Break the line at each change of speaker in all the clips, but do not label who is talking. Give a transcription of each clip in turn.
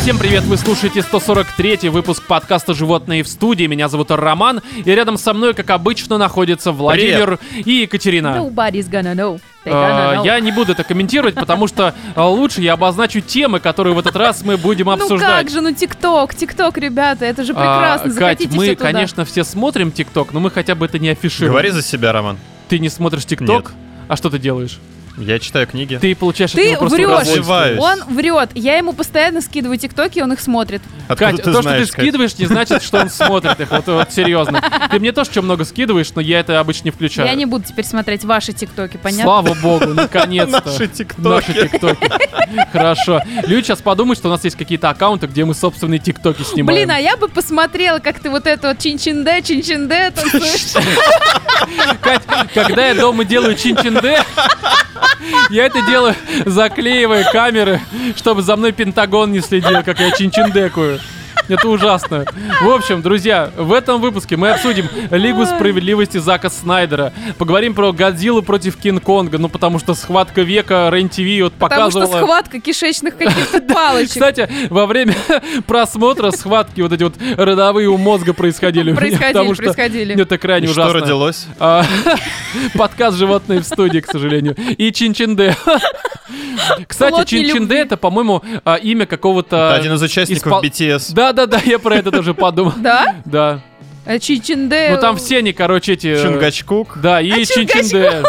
Всем привет, вы слушаете 143-й выпуск подкаста «Животные в студии». Меня зовут Роман, и рядом со мной, как обычно, находятся Владимир и Екатерина.
Nobody's gonna know. They gonna
Э,
know.
А. Я не буду это комментировать, потому что э, лучше я обозначу темы, которые в этот раз мы будем
Ну как
обсуждать.
же, ну ТикТок, ТикТок, ребята, это же
А,
прекрасно.
Кать,
Захотите
мы,
все туда.
конечно, все смотрим ТикТок, но мы хотя бы это не афишируем.
Говори за себя, Роман.
Ты не смотришь ТикТок?
Нет.
А что ты делаешь?
Я читаю книги.
Ты получаешь от
Ты
него просто
врешь.
удовольствие.
Развиваюсь.
Он врет. Я ему постоянно скидываю ТикТоки, он их смотрит.
Откуда
Кать,
ты
то,
знаешь,
что ты скидываешь, не значит, что он смотрит их. Вот, вот серьезно. Ты мне тоже что много скидываешь, но я это обычно не включаю.
Я не буду теперь смотреть ваши ТикТоки, понятно?
Слава богу, наконец-то.
Наши тиктоки.
Наши тиктоки. Хорошо. Люди сейчас подумают, что у нас есть какие-то аккаунты, где мы собственные тиктоки снимаем.
Блин, а я бы посмотрела, как ты вот это вот чин-чин-де, чин-чин-де танцуешь.
Кать,
а-
когда я дома делаю чин-чин-де, я это делаю, заклеивая камеры, чтобы за мной Пентагон не следил, как я чин-чин-декую. Это ужасно. В общем, друзья, в этом выпуске мы обсудим Лигу справедливости Зака Снайдера. Поговорим про Годзиллу против Кинг-Конга, ну потому что схватка века Рен-ТВ вот
Потому что
показывала...
схватка кишечных каких-то палочек
Кстати, во время просмотра схватки вот эти вот родовые у мозга происходили. у меня,
Ну, происходили,
потому что
происходили.
Это крайне
И что
ужасно.
родилось?
А, Подкаст «Животные в студии», к сожалению. И Чинчинде. Кстати,
Плод нелюбви.
Чинчинде это, по-моему, а, имя
Это
какого-то...
один из участников
испол-
BTS.
Да-да-да, я про это тоже подумал.
Да?
Да.
А Чин-чин-де...
Ну там все они, короче, эти... э,
Чунгачкук.
Да,
А
и Чинчинде.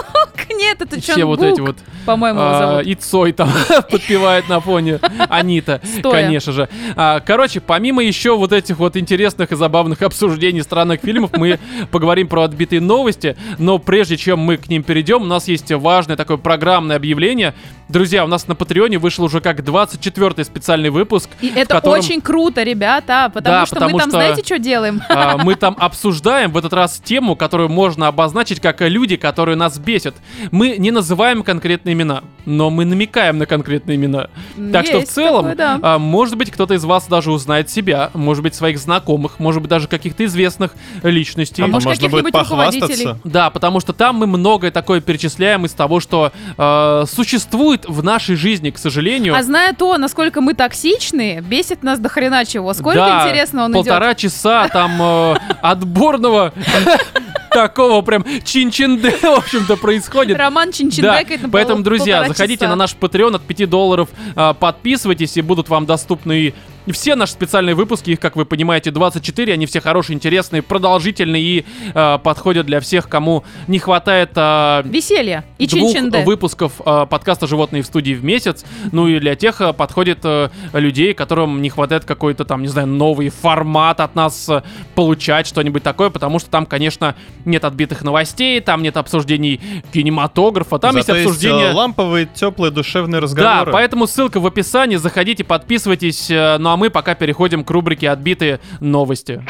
Нет, это
И Все вот эти
Чонгук,
вот.
по-моему, его
А,
зовут.
И Цой там подпевает на фоне. Анита,
Стоя.
конечно же. А, Короче, помимо еще вот этих вот интересных и забавных обсуждений странных фильмов, мы поговорим про отбитые новости. Но прежде чем мы к ним перейдем, у нас есть важное такое программное объявление. Друзья, у нас на Патреоне вышел уже как 24-й специальный выпуск.
И
в
это
котором-
очень круто, ребята, потому
Да,
что
потому
мы там,
что-
знаете, что делаем?
А, Мы там обсуждаем в этот раз тему, которую можно обозначить как люди, которые нас бесят. Мы не называем конкретные имена, но мы намекаем на конкретные имена. Так что в
Есть
целом,
такое, да.
а, может быть, кто-то из вас даже узнает себя, может быть, своих знакомых, может быть, даже каких-то известных личностей.
А
может,
можно будет
каких-нибудь
похвастаться?
Да, потому что там мы многое такое перечисляем из того, что э, существует в нашей жизни, к сожалению.
А зная то, насколько мы токсичны, бесит нас до хрена чего. Сколько
Да,
интересно он
полтора часа там э, отборного такого прям чин-чин-де, в общем-то, происходит.
идет. Роман
Да,
Чинчиндекает на пол-
поэтому, друзья,
полтора
заходите
часа.
на наш Patreon от 5 долларов, а, подписывайтесь, и будут вам доступны и все наши специальные выпуски, их, как вы понимаете, 24, они все хорошие, интересные, продолжительные и а, подходят для всех, кому не хватает а,
Веселье и
двух
Чинчинде.
выпусков а, подкаста «Животные в студии» в месяц. Ну и для тех а, подходит а, людей, которым не хватает какой-то там, не знаю, новый формат от нас а, получать, что-нибудь такое, потому что там, конечно, нет отбитых новостей, там нет обсуждений кинематографа, там
Зато
есть обсуждение...
э, Ламповые, теплые, душевные
Да,
разговоры.
поэтому ссылка в описании, заходите, подписывайтесь. э, Ну а мы пока переходим к рубрике «Отбитые новости».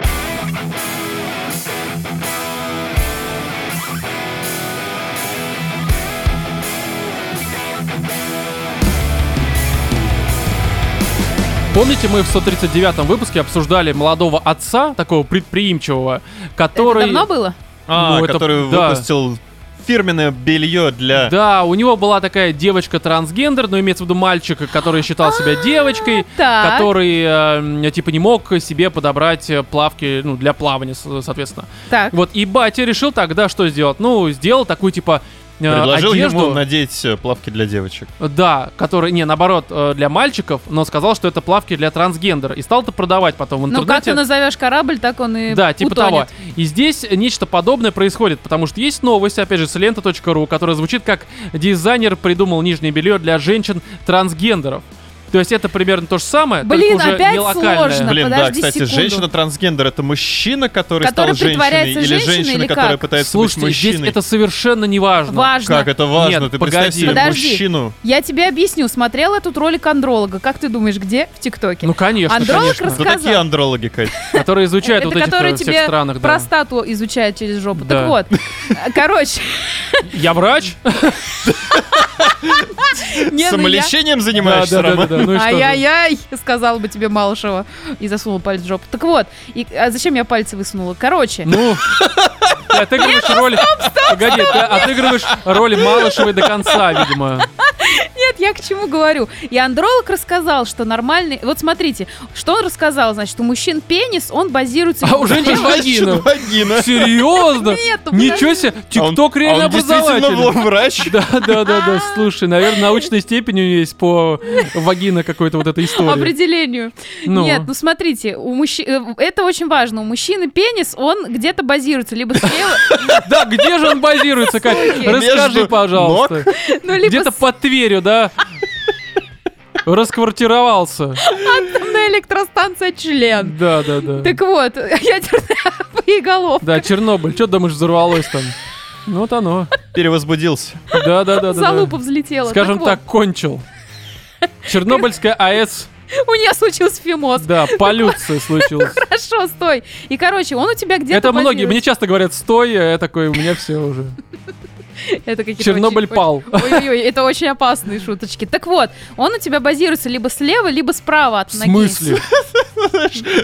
Помните, мы в 139-м выпуске обсуждали молодого отца, такого предприимчивого, который...
Это давно было?
А,
ну, это-
который
да.
выпустил фирменное белье для...
Да, у него была такая девочка трансгендер, но имеется в виду мальчик, который считал себя девочкой,
так.
который э, типа не мог себе подобрать э, плавки, ну для плавания, со- соответственно.
Так.
Вот и батя решил тогда что сделать? Ну сделал такую типа э,
Предложил
одежду,
ему надеть э, плавки для девочек.
да, который не наоборот э, для мальчиков, но сказал, что это плавки для трансгендера и стал это продавать потом в
Ну,
интернете.
как ты назовешь корабль, так он и
Да, типа того.
утонет.
И здесь нечто подобное происходит, потому что есть новость, опять же, с лента.ру, которая звучит как «Дизайнер придумал нижнее белье для женщин-трансгендеров». То есть это примерно то же самое,
Блин,
только уже
опять
не локальное.
сложно. Да,
Блин, да,
подожди
кстати,
секунду.
женщина-трансгендер — это мужчина, который,
Который
стал женщиной,
притворяется
или
женщиной,
женщина,
или
которая
как?
пытается
Слушайте,
быть
здесь
мужчиной.
это совершенно не важно.
Важно.
Как это важно?
Нет,
Ты
погоди.
представь себе
Подожди.
мужчину.
Я тебе объясню. Смотрела тут ролик андролога. Как ты думаешь, где? В ТикТоке.
Ну, конечно,
Андролог
конечно.
рас-
Кто
Сказал.
такие андрологи, Кать?
Которые изучают
это
вот этих
который
э, всех
тебе
странах. да.
простату изучает через жопу.
Да.
Так вот, короче,
Я врач?
не, ну я-
Самолечением
Да,
занимаешься,
да, да,
Роман?
да, ну и что же?
Ай-яй-яй, сказала бы тебе Малышева. И засунула палец в жопу. Так вот, и, а зачем я пальцы высунула? Короче,
Ну, ты
ну
отыгрываешь роль... Погоди, ты отыгрываешь роль Малышевой до конца, видимо.
нет, Нет, я к чему говорю. И андролог рассказал, что нормальный... Вот смотрите, что он рассказал, значит, у мужчин пенис, он базируется...
А у женщин вагина.
Женщина Вагина.
Серьезно?
Нет, ну,
Ничего себе,
А он-
ТикТок
а
реально
он действительно был
образователь.
врач.
Да, да, да, да. Слушай, наверное, научной степени есть по вагина какой-то вот этой истории.
определению.
Ну.
Нет, ну смотрите, у мужчин это очень важно. У мужчины пенис, он где-то базируется, либо слева,
Да, где же он базируется, Кать?
Между
Расскажи,
ног.
пожалуйста.
ну либо
Где-то под Тверью, да? Расквартировался.
на электростанция член.
Да, да, да.
Так вот, ядерная боеголовка.
Да, Чернобыль, что думаешь, взорвалось там? Ну вот оно.
Перевозбудился.
Да, да, да, да.
Залупа взлетела.
Скажем
вот,
так, кончил. Чернобыльская АЭС,
У нее случился фимоз.
да, полюция случилась.
Хорошо, стой. И, короче, он у тебя где-то
Это многие, мне
базируется.
часто говорят, стой, а я такой, у меня все уже.
Это какие-то
Чернобыль
очень-
пал.
Ой-ой-ой, это очень опасные шуточки. Так вот, он у тебя базируется либо слева, либо справа от
В
ноги.
смысле?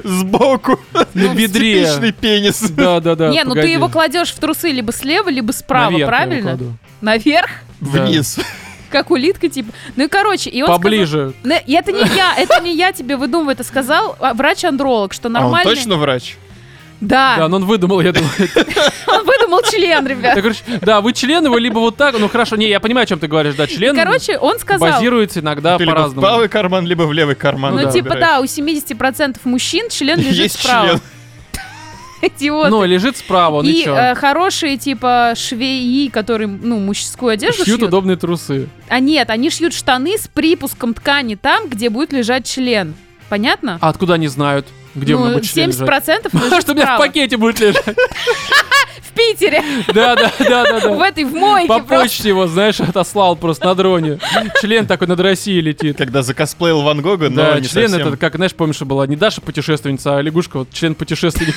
Сбоку. Ну,
На
Типичный
бедре.
пенис.
Да, да, да.
Не, ну ты
погоди.
его кладешь в трусы либо слева, либо справа,
Наверх я его
правильно?
кладу.
Наверх,
Да.
Вниз.
А как улитка, типа. Ну и короче, и он сказал-
Поближе.
Ну, и это не я, это не я тебе выдумываю, это сказал а, врач-андролог,
А
что
он
нормально.
точно врач?
Да, ну.
Да,
но он выдумал, я думаю.
он выдумал член, ребят.
Я, короче, да, вы член его, либо вот так. Ну хорошо, не, я понимаю, о чем ты говоришь, да, член.
Короче, он сказал,
базируется иногда
Ты либо в
по-разному.
правый карман, либо в левый карман.
ну
да,
типа
выбираешь.
да, у 70% мужчин член лежит
Есть
справа.
член.
Идиоты.
Ну, лежит справа, ну
и
чё?
э, хорошие, типа, швеи, которые, ну, мужскую одежду
Шьют
шьют.
удобные трусы.
А нет, они шьют штаны с припуском ткани там, где будет лежать член. Понятно?
А откуда они знают, где
ну,
мы будем
70% лежит
Что у меня в
справа.
пакете будет лежать.
В Питере,
Да, да, да, да,
в
да.
этой, в мойке
По
просто.
почте его, знаешь, отослал просто на дроне. Член такой над Россией летит.
Когда закосплеил Ван Гога, но
Да,
ну, не
член
совсем.
этот, как, знаешь, помнишь, что была не Даша путешественница, а лягушка, вот член путешественник.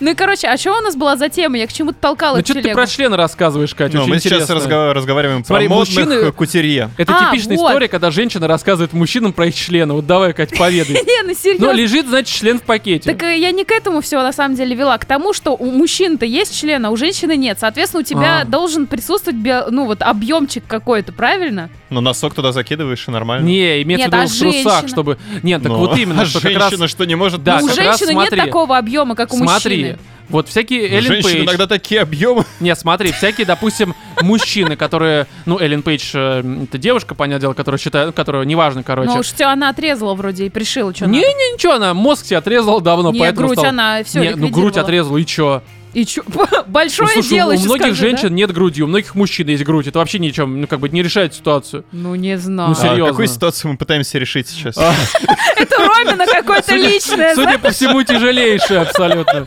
Ну и, короче, а что у нас была за тема? Я к чему-то толкала
Ну
эту
что ты
телегу.
про члены рассказываешь, Катя?
Ну,
Очень
мы сейчас
интересно.
разгова- разговариваем про
Смотри,
модных
мужчины-
э, кутюрье.
Это
А,
типичная
вот.
история, когда женщина рассказывает мужчинам про их члены. Вот давай, Кать, поведай.
Не, ну серьезно.
Ну, лежит, значит, член в пакете.
Так э, я не к этому все на самом деле вела, к тому, что у мужчин-то есть член, а у женщины нет. Соответственно, у тебя
А.
должен присутствовать, био- ну вот, объемчик какой-то, правильно?
Но носок туда закидываешь и нормально.
Не, имеется
Нет,
в виду
а
в трусах,
женщина?
чтобы... Нет, так
Ну,
вот именно,
а
что как
женщина,
раз...
что не может...
Да,
Ну, у
как раз
женщины нет
смотри.
такого объема, как у
Смотри,
мужчины.
вот всякие
У
Эллен
женщин
Пейдж.
Ну, иногда такие объемы.
Не, смотри, всякие, допустим, мужчины, которые... Ну, Эллен Пейдж, э, это девушка, понятное дело, которая считает... Которая, неважно, короче.
Ну уж все, она отрезала вроде и пришила, что надо.
Не-не, ничего, она мозг себе отрезала давно,
Не,
ну, поэтому
грудь
стала-
она все
Не, ну грудь отрезала, и чё?
И чё?
Ну,
Большое
слушай,
дело
у
ещё
многих
скажи, да?
женщин нет груди, у многих мужчин есть грудь. Это вообще ничем, ну, как бы не решает ситуацию.
Ну не знаю.
Ну, серьёзно.
А Какую ситуацию мы пытаемся решить сейчас?
А,
Это Ромина какое-то
Судя-
личное.
Судя по всему, тяжелейшее абсолютно.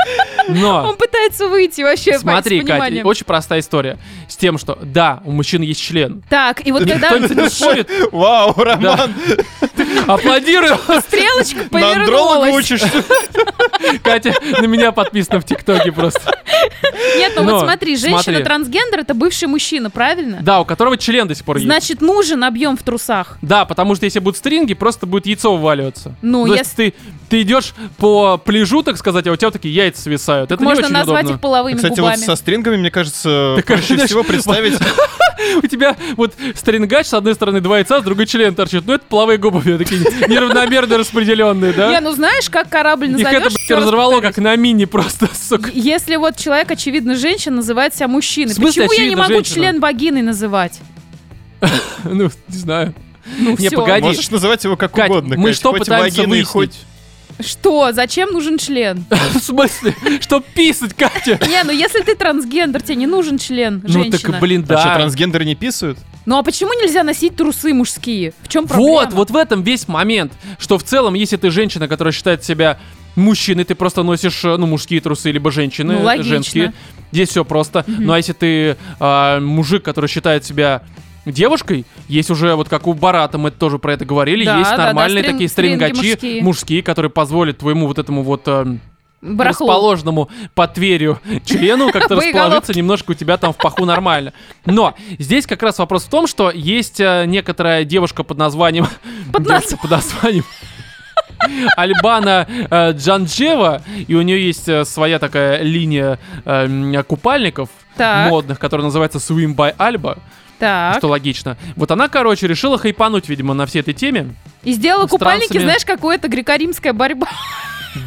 Но...
Он пытается выйти вообще
Смотри,
с
Катя,
пониманием.
очень простая история. С тем, что да, у мужчин есть член.
Так, и вот
И
когда
Никто не спорит.
Вау, Роман,
Аплодирую.
стрелочка
на андролога
повернулась.
учишься?
Катя на меня подписана в ТикТоке просто.
Нет, ну
Но,
вот смотри,
смотри.
женщина-трансгендер это бывший мужчина, правильно?
Да, у которого член до сих пор есть.
Значит, нужен объем в трусах.
Да, потому что если будут стринги, просто будет яйцо вываливаться.
Ну,
если...
если-
ты, ты идешь по пляжу, так сказать, а у тебя такие яйца свисают. Это не
Можно
очень
назвать
удобно.
их половыми
Кстати, вот
губами.
со стрингами, мне кажется,
Так,
проще
знаешь,
всего представить...
У тебя вот стрингач, с одной стороны два яйца, с другой член торчит. Ну, это половые губы у меня такие неравномерно распределенные,
Не,
да?
ну знаешь, как корабль
Их это,
назовешь?
блядь,
всё
разорвало, как на мини просто, сука.
Е- Если вот человек, очевидно, женщина, называет себя мужчиной,
В смысле,
почему я не
очевидно,
могу
женщина?
член вагиной называть? Ну,
Ну, не знаю. Не,
всё.
Ну, погоди.
Можешь называть его как
Кать,
угодно.
мы
Кать,
что
хоть
пытаемся
вагиной,
выяснить?
хоть-
Что? Зачем нужен член?
В смысле? Что писать, Катя?
Не, ну если ты трансгендер, тебе не нужен член,
Ну
женщина.
так, блин,
А что,
да.
трансгендеры не писают?
Ну а почему нельзя носить трусы мужские? В чем проблема?
Вот, вот в этом весь момент, что в целом, если ты женщина, которая считает себя мужчиной, ты просто носишь, э, ну, мужские трусы, либо женщины,
Ну,
э,
логично.
женские. Здесь все просто. Ну, а если ты а, мужик, который считает себя девушкой, есть уже, вот как у Барата, мы тоже про это говорили,
Да,
есть
да, да,
нормальные
стринг-
такие
стринги
стрингачи
мужские.
которые позволят твоему вот этому вот... эм,
Барахло.
расположенному по Тверью члену как-то
Боеголовки.
расположиться немножко у тебя там в паху нормально. Но здесь как раз вопрос в том, что есть э, некоторая девушка под названием...
Под
девушка под названием... Альбана э, Джанджева, и у нее есть э, своя такая линия э, м, купальников
Так.
модных, которая называется Swim by Alba.
Так.
что логично. Вот она, короче, решила хайпануть, видимо, на всей этой теме.
И сделала
С
купальники,
трансами.
знаешь, какое-то греко-римская борьба.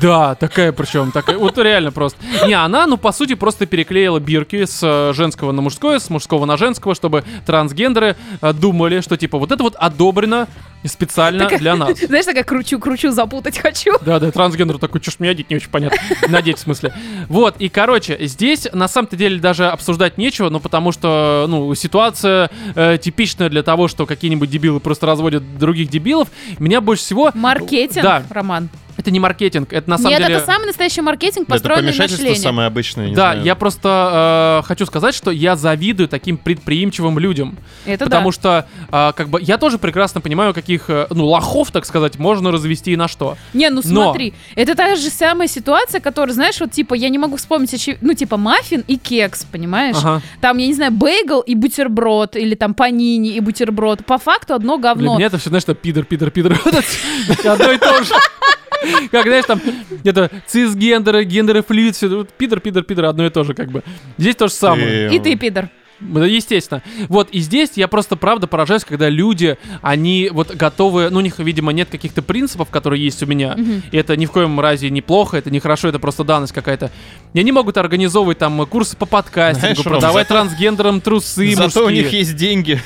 Да, такая причем, такая, вот реально просто. Не, она, ну, по сути, просто переклеила бирки с э, женского на мужское, с мужского на женского, чтобы трансгендеры э, думали, что, типа, вот это вот одобрено специально для нас.
Знаешь, такая кручу-кручу, запутать хочу.
Да, да, трансгендер такой, чушь мне одеть, не очень понятно. Надеть, в смысле. Вот, и, короче, здесь на самом-то деле даже обсуждать нечего, ну, потому что, ну, ситуация э, типичная для того, что какие-нибудь дебилы просто разводят других дебилов. Меня больше всего...
Маркетинг,
Да,
Роман.
это не маркетинг, это на самом
Нет,
деле...
это самый настоящий маркетинг,
Это
построенный на
помешательство
члене.
самое обычное, я не
Да,
знаю.
я просто э, хочу сказать, что я завидую таким предприимчивым людям.
Это
потому
да.
что, э, как бы, я тоже прекрасно понимаю, каких, э, ну, лохов, так сказать, можно развести и на что.
Не, ну
Но.
смотри, это та же самая ситуация, которая, знаешь, вот типа, я не могу вспомнить, очи- ну типа маффин и кекс, понимаешь?
Ага.
Там, я не знаю, бейгл и бутерброд, или там панини и бутерброд. По факту одно
Для
говно.
меня это все, знаешь, что пидор, пидор, пидор. Вот это Одно и то же. Как, знаешь, там, это цисгендеры, гендеры флюид, все, вот пидор, пидор, пидор, одно и то же, как бы. Здесь то же самое.
И ты, пидор.
Да, естественно. Вот, и здесь я просто правда поражаюсь, когда люди, они вот готовы, ну, у них, видимо, нет каких-то принципов, которые есть у меня.
Мгм.
И это ни в коем разе не плохо, это не хорошо, это просто данность какая-то. И они могут организовывать там курсы по подкастингу,
Знаешь, Ром,
продавать
зато-
трансгендерам трусы
Зато у
мужские.
них есть деньги.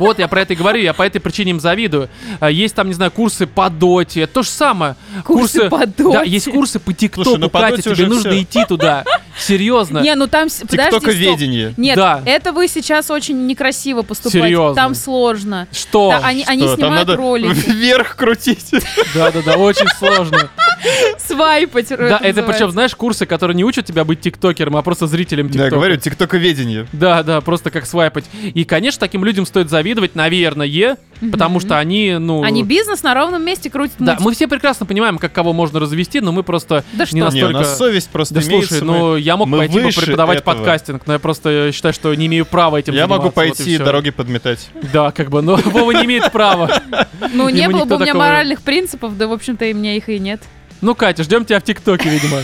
Вот, я про это и говорю, я по этой причине им завидую. А, Есть там, не знаю, курсы по доте, то же самое.
Курсы
Да,
по доте.
есть курсы по тиктоку,
Слушай, ну по
Катя,
доте
тебе
уже
нужно
всё.
идти туда. Серьезно.
Не, ну там... с- Подожди,
Тиктока
стоп.
ведение.
Нет,
Да.
это вы сейчас очень некрасиво поступаете.
Серьезно.
Там сложно.
Что?
Да, они, они
Что, там
снимают
надо
ролики.
вверх крутить.
Да-да-да, очень сложно.
Свайпать.
Да, это причем, знаешь, курсы, которые не учат тебя быть тиктокером, а просто зрителем тиктока.
Да, говорю, тиктока ведение.
Да, да, просто как свайпать. И, конечно, таким людям стоит завидовать, наверное, потому что они, ну...
Они бизнес на ровном месте крутят Ну,
Да,
мультики.
мы все прекрасно понимаем, как кого можно развести, но мы просто
Да что?
не
Не, у
настолько...
Не, у нас совесть просто
Да
имеется,
слушай,
мы-
ну я мог
мы
пойти бы
выше
преподавать
этого.
подкастинг, но я просто считаю, что не имею права этим
Я могу
заниматься, вот и
пойти
всё.
дороги подметать.
Да, как бы, но Вова не имеет права.
Ну, не
Ему
было бы
никто
у меня
такого-
моральных принципов, да, в общем-то, и мне их и нет.
Ну, Катя, ждем тебя в ТикТоке, видимо.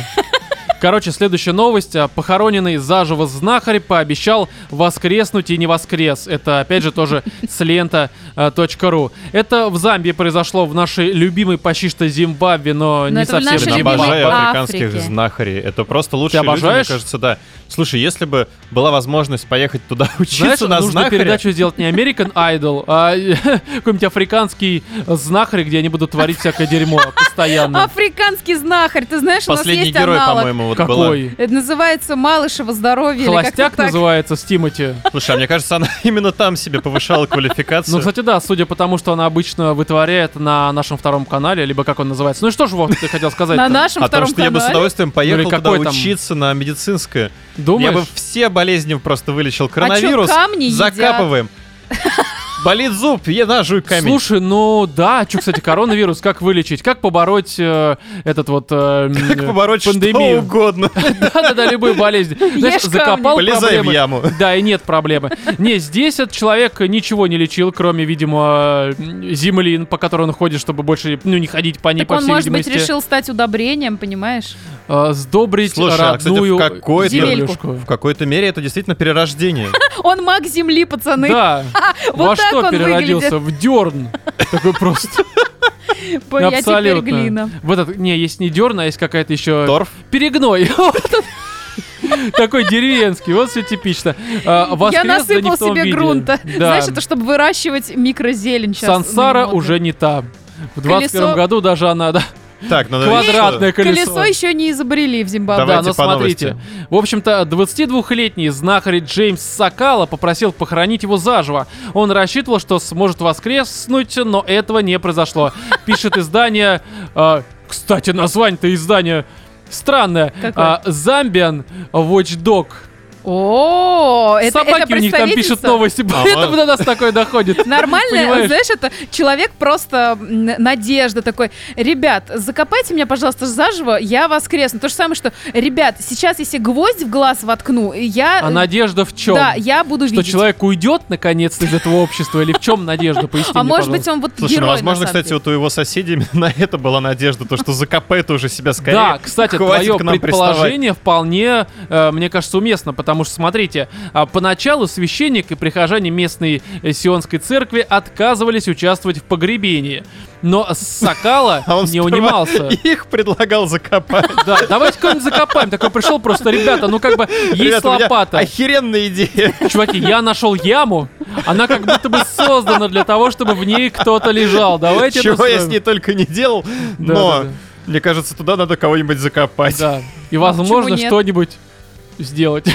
Короче, следующая новость. А, Похороненный заживо знахарь пообещал воскреснуть и не воскрес. Это, опять же, тоже с лента а, .ру. Это в Замбии произошло в нашей любимой почти что Зимбабве, но,
Но
не
это в
совсем
нашей
Зимбабве.
любимой А,
Обожаю
Африке.
африканских знахарей. Это просто лучшие люди, мне
обожаешь?
кажется, да. Слушай, если бы была возможность поехать туда
Знаешь,
учиться на
нужно
знахаря,
передачу сделать не American Idol, а какой-нибудь африканский знахарь, где они будут творить всякое дерьмо постоянно.
Африканский знахарь, ты знаешь, у нас
последний
есть
герой,
аналог.
по-моему, вот была.
Какой?
Это называется Малышево здоровье. или как-то
Холостяк
так.
называется с Тимати.
Слушай, а мне кажется, она именно там себе повышала
Ну,
квалификацию.
кстати, да, судя по тому, что она обычно вытворяет на нашем втором канале, либо как он называется. Ну и что же, Вов, ты хотел сказать?
На нашем
О том,
втором
что я бы с
канале.
удовольствием
Ну или
поехал туда
какой там?
учиться на медицинское.
Думаешь?
Я бы все болезни просто вылечил.
А чё,
Коронавирус
камни едят?
закапываем. Болит зуб, я ножуй камень.
Слушай, ну да, что, кстати, коронавирус, как вылечить? Как побороть э, этот вот... э,
как
м,
побороть что
пандемию?
угодно.
Да-да-да, любые болезни. Знаешь,
камни.
закопал
Полезай в
проблемы.
яму.
Да, и нет проблемы. Не, здесь этот человек ничего не лечил, кроме, видимо, м, земли, по которой он ходит, чтобы больше, ну, не ходить по ней,
Так
по
он,
всей
может быть,
видимости.
решил стать удобрением, понимаешь?
э, сдобрить
Слушай, а, кстати, в
родную
какой-то-
землюшку.
В какой-то мере это действительно перерождение.
Он маг земли, пацаны.
Да.
А, Вот
Во
так
что
он
переродился? В дерн. Такой просто.
По- типа, Я теперь глина.
Абсолютно. В этот, не, есть не дерн, а есть какая-то еще...
Торф.
Перегной. Вот он. Такой деревенский, вот все типично. А, воскрес,
Я
да не
насыпал
в том
себе
виде.
грунта.
Да.
Знаешь, это чтобы выращивать микрозелень сейчас.
Сансара
на него.
уже не та. В 21
Колесо-
году даже она, да,
Так, надо
квадратное колесо.
Колесо еще не изобрели в
Да,
Зимбабве.
Давайте
но
по
смотрите. В общем-то, 22-летний знахарь Джеймс Сакала попросил похоронить его заживо. Он рассчитывал, что сможет воскреснуть, но этого не произошло. Пишет издание... э, Кстати, название-то издания странное.
Какое?
А, Замбиан Watchdog.
О, это это
Собаки у них там пишут
представительство?
новости, поэтому
А, ладно.
до нас такое доходит.
Нормально,
Понимаешь?
знаешь, это человек просто м, надежда такой. Ребят, закопайте меня, пожалуйста, заживо, я воскресну. То же самое, что, ребят, сейчас если гвоздь в глаз воткну, я... э,
А надежда в чем?
Да, я буду
Что
видеть.
человек уйдет наконец-то из этого общества? Или в чем надежда? Поясни
А
мне,
может быть,
пожалуйста.
он вот
Слушай, ну,
герой, на
возможно,
самом
кстати,
деле.
вот у его соседей на это была надежда, то, что закопает уже себя скорее.
Да, кстати,
Хватит
твое
к нам приставать.
предположение вполне, э, мне кажется, уместно, потому Потому что, смотрите, а, поначалу священник и прихожане местной э, сионской церкви отказывались участвовать в погребении. Но Сакала
А он
не
сперва
унимался.
Их предлагал закопать.
Да, давайте кого-нибудь закопаем. Такой пришел просто, ребята, ну как бы есть
Ребята, у меня а
лопата.
Охеренная идея.
Чуваки, я нашел яму. Она как будто бы создана для того, чтобы в ней кто-то лежал. Давайте это
Чего я с
устроим.
ней только не делал,
Да, да,
но
да.
мне кажется, туда надо кого-нибудь закопать.
Да. И
А Почему
возможно
нет?
что-нибудь сделать.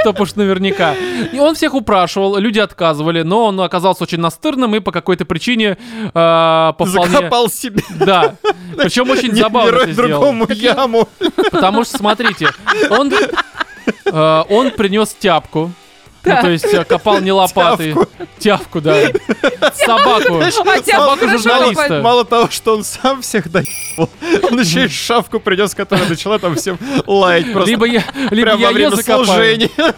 Чтоб уж наверняка. И он всех упрашивал, люди отказывали, но он оказался очень настырным и по какой-то причине э, по вполне...
Закопал себе
Да. Причем очень
не
забавно
герой
это сделал.
другому яму.
Потому что, смотрите, он, э, он принес тяпку. Ну, то есть э, копал не лопатой. Тявку, да. Собаку.
А тебя
Собаку
хорошо
журналиста.
копать.
Мало того, что он сам всех доебал, он еще и шавку принес, которая начала там всем лаять просто.
Либо я, либо
Прямо
я
во
ее
время
закопаю.
служения.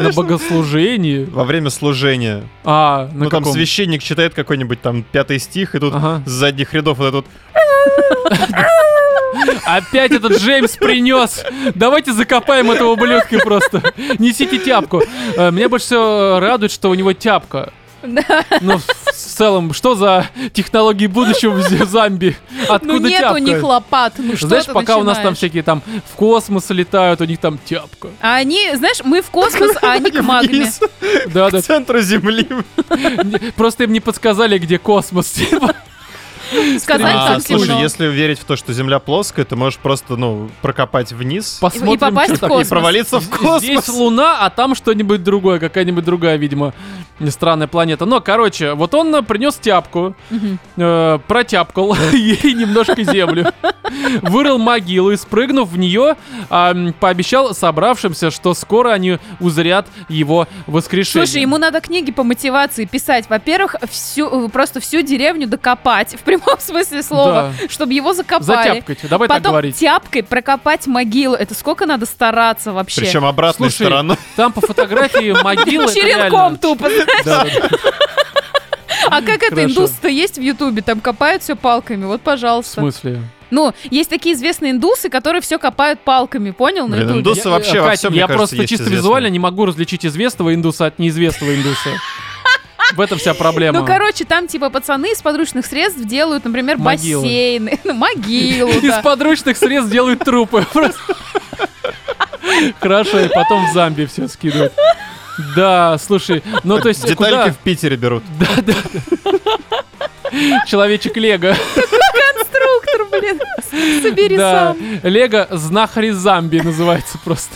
На богослужении.
Во время служения.
А, на
ну, там
каком?
священник читает какой-нибудь там пятый стих, и тут
Ага.
с задних рядов вот этот
Опять этот Джеймс принес. Давайте закопаем этого ублюдка просто. Несите тяпку. Э, Меня больше всего радует, что у него тяпка.
Да.
Ну, в в целом, что за технологии будущего в зе- Замби? Откуда
Ну нет у
тяпка?
них лопат. Ну что
Знаешь,
ты
пока у нас там
начинаешь?
всякие там в космос летают, у них там тяпка.
А они, знаешь, мы в космос, а они к магме.
вниз
Да,
к
да.
центру земли.
Просто им не подсказали, где космос. типа.
Сказали,
А,
там
слушай,
темно.
темно.
если верить в то, что земля плоская, ты можешь просто, ну, прокопать вниз
Посмотрим,
И попасть
что
в
там.
космос.
и провалиться в
Здесь
космос.
Луна, а там что-нибудь другое, какая-нибудь другая, видимо, странная планета. Но, короче, вот он э, принес тяпку,
Мгм.
э, протяпкал ей немножко землю, вырыл могилу и, спрыгнув в нее, а, м, пообещал собравшимся, что скоро они узрят его воскрешение.
Слушай, ему надо книги по мотивации писать. Во-первых, всю, э, просто всю деревню докопать, в прямом смысле слова, чтобы его закопали.
Затяпкать, давай так
Потом
говорить.
тяпкой прокопать могилу. Это сколько надо стараться вообще?
Причем обратной
Слушай,
стороной.
Там по фотографии могилы... это
Черенком
реально-
тупо.
Да, да, да.
А как это
Хорошо.
индусы-то есть в Ютубе? Там копают все палками. Вот,
В
пожалуйста.
смысле?
Ну, есть такие известные индусы, которые все копают палками, понял? На
Блин,
Ютубе.
индусы вообще
э,
во
Кать,
всем, мне
Я
кажется,
просто
есть
чисто
известные.
визуально не могу различить известного индуса от неизвестного индуса. В этом вся проблема.
Ну, короче, там типа пацаны из подручных средств делают, например,
Могилы.
бассейны, ну, могилу.
Из
да.
подручных средств делают трупы. Просто. Хорошо, и потом в Замби все скидывают. Да, слушай, ну то есть
Детальки в Питере берут.
куда человечек Лего?
Конструктор, блин, с- собери
Да,
сам.
Лего знахари Замби называется просто.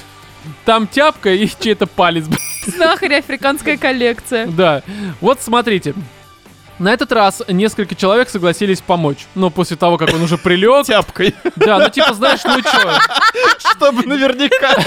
Там тяпка и чей-то палец. блин.
Знахарь африканская коллекция.
Да, вот смотрите. На этот раз несколько человек согласились помочь. Но после того, как он уже прилег,
Тяпкой.
Да, ну типа, знаешь, ну чё,
Чтобы наверняка.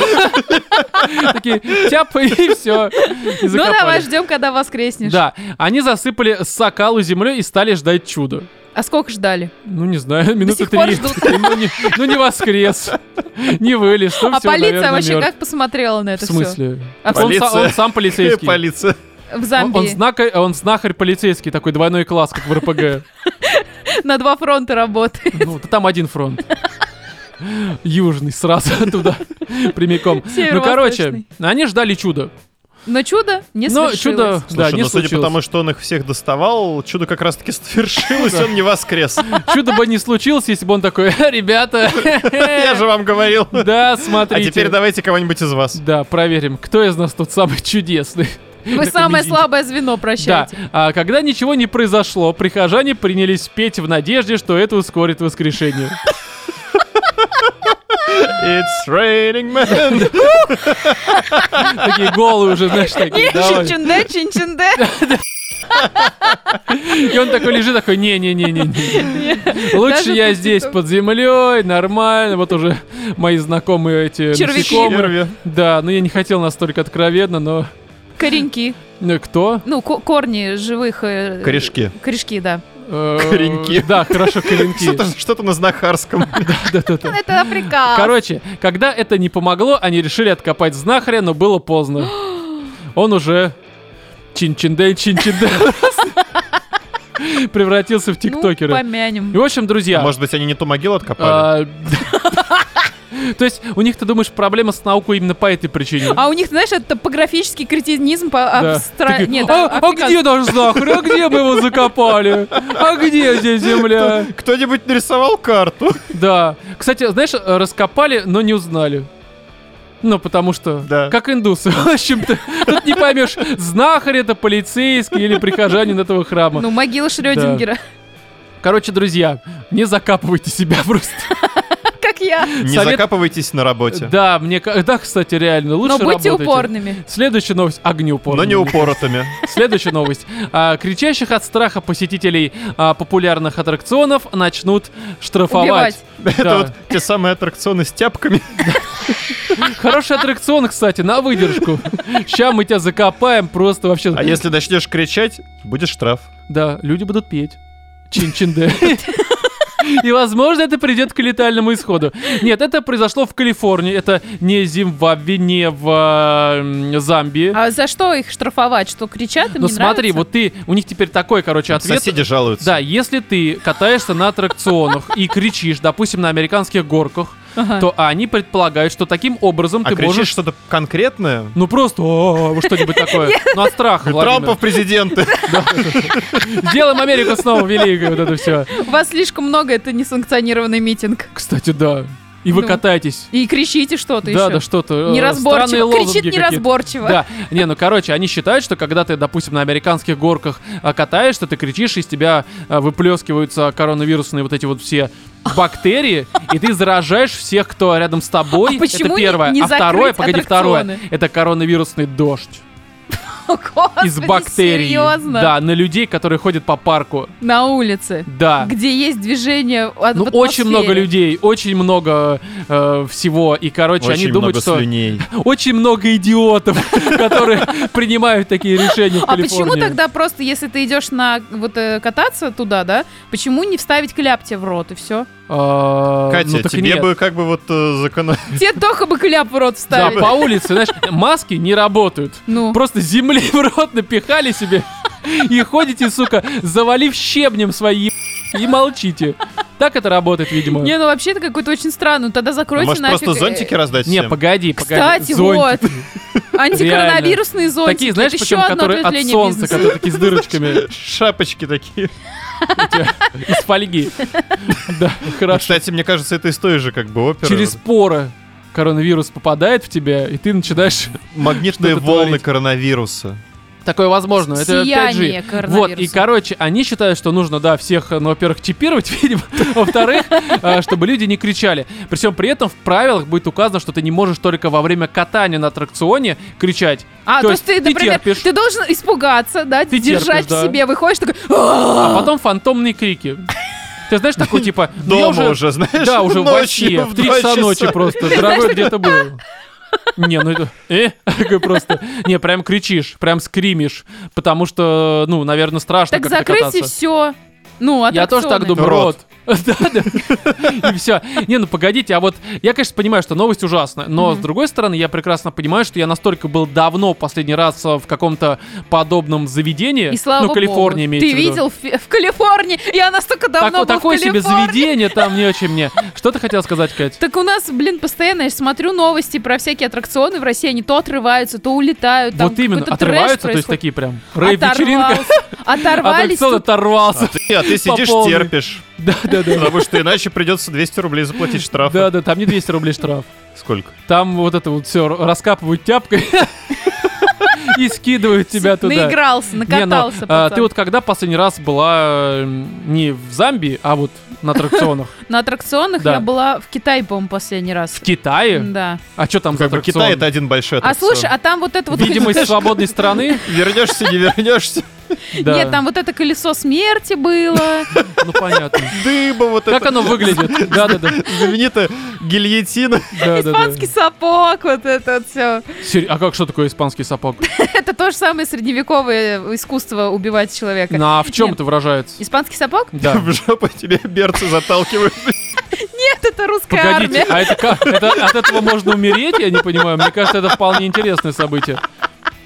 такие тяп и все. И
Ну
закопали.
давай ждем, когда воскреснешь.
Да, они засыпали сакалу землей и стали ждать чуда.
А сколько ждали?
Ну, не знаю, минуты
сих пор
три.
ждут.
Ну не, ну, не воскрес, не вылез, ну
а
всё,
полиция
наверное,
вообще
мёртв.
как посмотрела на это
В
все?
смысле?
А
Он, са-
полиция?
он сам полицейский.
Полиция.
В
Он,
Замбии.
он знака- он знахарь полицейский, такой двойной класс, как в РПГ.
На два фронта работает.
Ну, да там один фронт. Южный сразу туда, прямиком. Ну, короче,
Северо-восточный.
они ждали чуда.
Но чудо не
Но
свершилось.
чудо, да,
Слушай,
не
ну судя по
случилось.
тому, что он их всех доставал, чудо как раз-таки свершилось, он не воскрес.
Чудо бы не случилось, если бы он такой, «Ха, ребята,
Я же вам говорил.
да,
А
смотрите.
теперь давайте кого-нибудь из вас.
Да, проверим, кто из нас тут самый чудесный.
Вы самое слабое звено,
Да,
прощайте.
а когда ничего не произошло, прихожане принялись петь в надежде, что это ускорит воскрешение.
It's raining man.
Такие голые уже, знаешь, такие, давай.
Чинчинде, чинчинде.
И он такой лежит, такой, не-не-не-не. Лучше
даже
я
под
здесь
цветом.
под землей, нормально. Вот уже мои знакомые эти
Червяки.
насекомые.
Черви.
Да, ну я не хотел настолько откровенно, но...
Кореньки.
Ну, Кто?
Ну, ко- корни живых. э,
Корешки.
Корешки, да.
Э,
Кореньки.
Да, хорошо, кореньки.
Что-то что-то на знахарском.
Да-да-да.
Это Африка.
Короче, когда это не помогло, они решили откопать знахаря, но было поздно. Он уже чин-чиндель, чин-чиндель превратился в
Ну,
тиктокера. И
помянем.
А
в общем, друзья,
Может быть, они не ту могилу
а,
откопали?
То есть у них, ты думаешь, проблема с наукой именно по этой причине.
А у них, знаешь, это топографический кретинизм по
Да.
абстра...
Такие,
Нет,
а,
а-
а где наш Захар? А где мы его закопали? А где здесь земля?
Кто-нибудь нарисовал карту?
Да. Кстати, знаешь, раскопали, но не узнали. Ну, потому что,
Да.
как индусы, в общем-то, тут не поймешь, знахарь это полицейский или прихожанин этого храма.
Ну, могила Шрёдингера.
Короче, друзья, не закапывайте себя просто.
Как я.
Не
Совет-
закапывайтесь на работе.
Да, мне ка- Да, кстати, реально, лучше
Но будьте
работайте.
упорными.
Следующая новость. Огню
Но не упоротыми.
Следующая новость. А, кричащих от страха посетителей а, популярных аттракционов начнут штрафовать.
Убивать.
Да.
Это вот те самые аттракционы с тяпками.
Хороший аттракцион, кстати, на выдержку. Ща мы тебя закопаем просто вообще.
А если начнешь кричать, будет штраф.
Да, люди будут петь. Чин-чин-де. И, возможно, это придет к летальному исходу. Нет, это произошло в Калифорнии. Это не Зимбабве, не в а, м, Замбии.
А за что их штрафовать? Что кричат? Им
Но
не
Ну, смотри,
нравится?
вот ты... У них теперь такой, короче, ответ.
Соседи жалуются.
Да, если ты катаешься на аттракционах и кричишь, допустим, на американских горках,
Ага.
то они предполагают, что таким образом
А
ты
кричишь
можешь...
что-то конкретное?
Ну просто «А-а-а», что-нибудь такое. Ну от страха, Владимир.
Трампа в президенты.
Делаем Америку снова великой, вот это все.
У вас слишком много, это несанкционированный митинг.
Кстати, да. И вы
Ну,
катаетесь.
И кричите что-то
да,
еще.
да, что-то. э, странные
Неразборчиво.
лозунги
Кричит
какие-то.
неразборчиво.
Да, не, ну короче, они считают, что когда ты, допустим, на американских горках а, катаешься, ты кричишь, из тебя а, выплескиваются коронавирусные вот эти вот все бактерии, и ты заражаешь всех, кто рядом с тобой.
А почему
это
не-
первое.
не
а второе,
закрыть
погоди,
аттракционы?
второе. Это коронавирусный дождь
О, господи,
из бактерий.
Серьезно?
Да, на людей, которые ходят по парку.
На улице.
Да.
Где есть движение а, в
Ну,
атмосфере.
очень много людей, очень много э, всего. И, короче, они
Очень
думают,
много
что А,
слюней.
очень много идиотов, которые принимают такие решения в
А почему
Калифорнии.
тогда просто, если ты идешь на вот э, кататься туда, да, почему не вставить кляп тебе в рот и все?
А, ну,
Катя,
так и
тебе
нет.
бы как бы вот э, закон...
Тебе только бы кляп в рот
Да,
вставили.
по улице, знаешь, маски не работают.
Ну,
Просто земли в рот напихали себе и ходите, сука, завалив щебнем свои еб- и молчите. Так это работает, видимо.
не, ну вообще это какой-то очень странно. Ну, Тогда закройте
Может,
нафиг.
просто
э,
зонтики раздать
Не,
всем?
погоди, погоди.
Кстати,
Зонтики.
вот. Антикоронавирусные зонтики.
Такие, знаешь,
это
причем,
еще одно
которые от
ответвление
солнца,
бизнеса.
которые такие с дырочками
Шапочки такие.
из фольги. Да,
Ну,
хорошо.
Кстати, мне кажется, это из той же как бы оперы.
Через поры коронавирус попадает в тебя, и ты начинаешь
магнитные
что-то
волны
творить.
коронавируса.
Такое возможно. Это 5G.
Сияние
Вот, и,
коронавируса.
короче, они считают, что нужно, да, всех, ну, во-первых, чипировать, видимо, во-вторых, э, чтобы люди не кричали. При всем при этом в правилах будет указано, что ты не можешь только во время катания на аттракционе кричать.
А,
То
то,
есть
есть ты,
ты
например,
терпишь.
ты должен испугаться, да,
Ты терпишь,
держать
да.
в себе, выходишь такой,
А потом фантомные крики. Ты знаешь, такой, типа... «Да я
Дома уже, знаешь,
Да, уже в
ночью
России. В 3
два
часа ночи просто. Дорогой, где ты был? Не, ну это... Э? Такой просто... Не, прям кричишь, прям скримишь. Потому что, ну, наверное, страшно
так
как-то
закрыть и
кататься.
все. Ну,
Я тоже так
аттракционы.
думаю.
Рот.
Да, да. И все. Не, ну погодите, а вот я, конечно, понимаю, что новость ужасная, но с другой стороны, я прекрасно понимаю, что я настолько был давно последний раз э, в каком-то подобном заведении.
И слава
ну,
богу.
Калифорния имеется
Ты
в виду.
видел фи- в Калифорнии? Я настолько
Так-
давно был
такое
в
себе
Калифорнии.
заведение там не очень мне. Что ты хотела сказать, Кать?
Так у нас, блин, постоянно я ж смотрю новости про всякие аттракционы в России, они то отрываются, то улетают, там
вот именно,
какой-то
отрываются, то
трэш
есть
происходит.
такие прям рейв-вечеринка.
Оторвался, Оторвались.
Аттракцион
тут-
оторвался.
А ты, а ты
По
сидишь,
полной.
терпишь.
Да, да, да.
Потому что иначе придется 200 рублей заплатить штраф.
Да, да, там не 200 рублей штраф.
Сколько?
Там вот это вот все раскапывают тяпкой и скидывают тебя туда.
Наигрался,
Не, ну,
накатался.
а,
пацан.
ты вот когда последний раз была э, не в Замбии, а вот на аттракционах?
На аттракционах
Да.
я была в Китае, по-моему, последний раз.
В Китае?
Да.
А что там за
Как бы
аттракцион?
Китай это один большой
А
аттракцион.
слушай, а там вот это вот...
Видимость свободной страны?
Вернешься, не вернешься.
Да.
Нет, там вот это колесо смерти было.
Ну понятно.
Дыба вот
Как
это.
оно выглядит? Да-да-да.
Знаменитая гильотина.
Да-да-да.
Испанский сапог, вот это вот все.
Сер- А как, что такое испанский сапог?
Это то же самое средневековое искусство убивать человека.
Ну, а в чем
Нет.
это выражается?
Испанский сапог?
Да.
В жопу тебе берцы заталкивают.
Нет, это русская
Погодите,
армия.
а это как? Это от этого можно умереть? Я не понимаю. Мне кажется, это вполне интересное событие.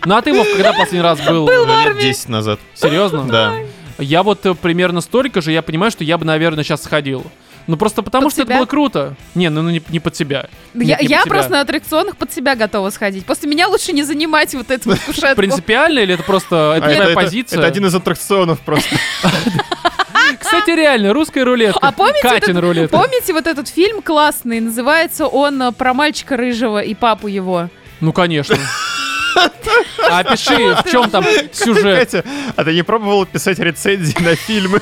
Ну а ты, Вов, когда последний раз был?
Уже Лет 10 назад.
Серьезно?
Да. А
Я вот э, примерно столько же, я понимаю, что я бы, наверное, сейчас сходил. Ну просто потому,
Под
что
себя?
это было круто. Не, ну ну, не, не под себя.
Я,
Нет, не под
я
себя.
просто на аттракционах под себя готова сходить. После меня лучше не занимать вот эту вот кушетку.
Принципиально или это просто это
А
твоя
это-
позиция?
это один из аттракционов просто.
Кстати, реально, русская рулетка.
А помните,
Катин
этот-
рулетка.
помните вот этот фильм классный? Называется он э, про мальчика рыжего и папу его.
Ну, конечно. А пиши, в чем там сюжет?
Катя, а ты не пробовала писать рецензии на фильмы?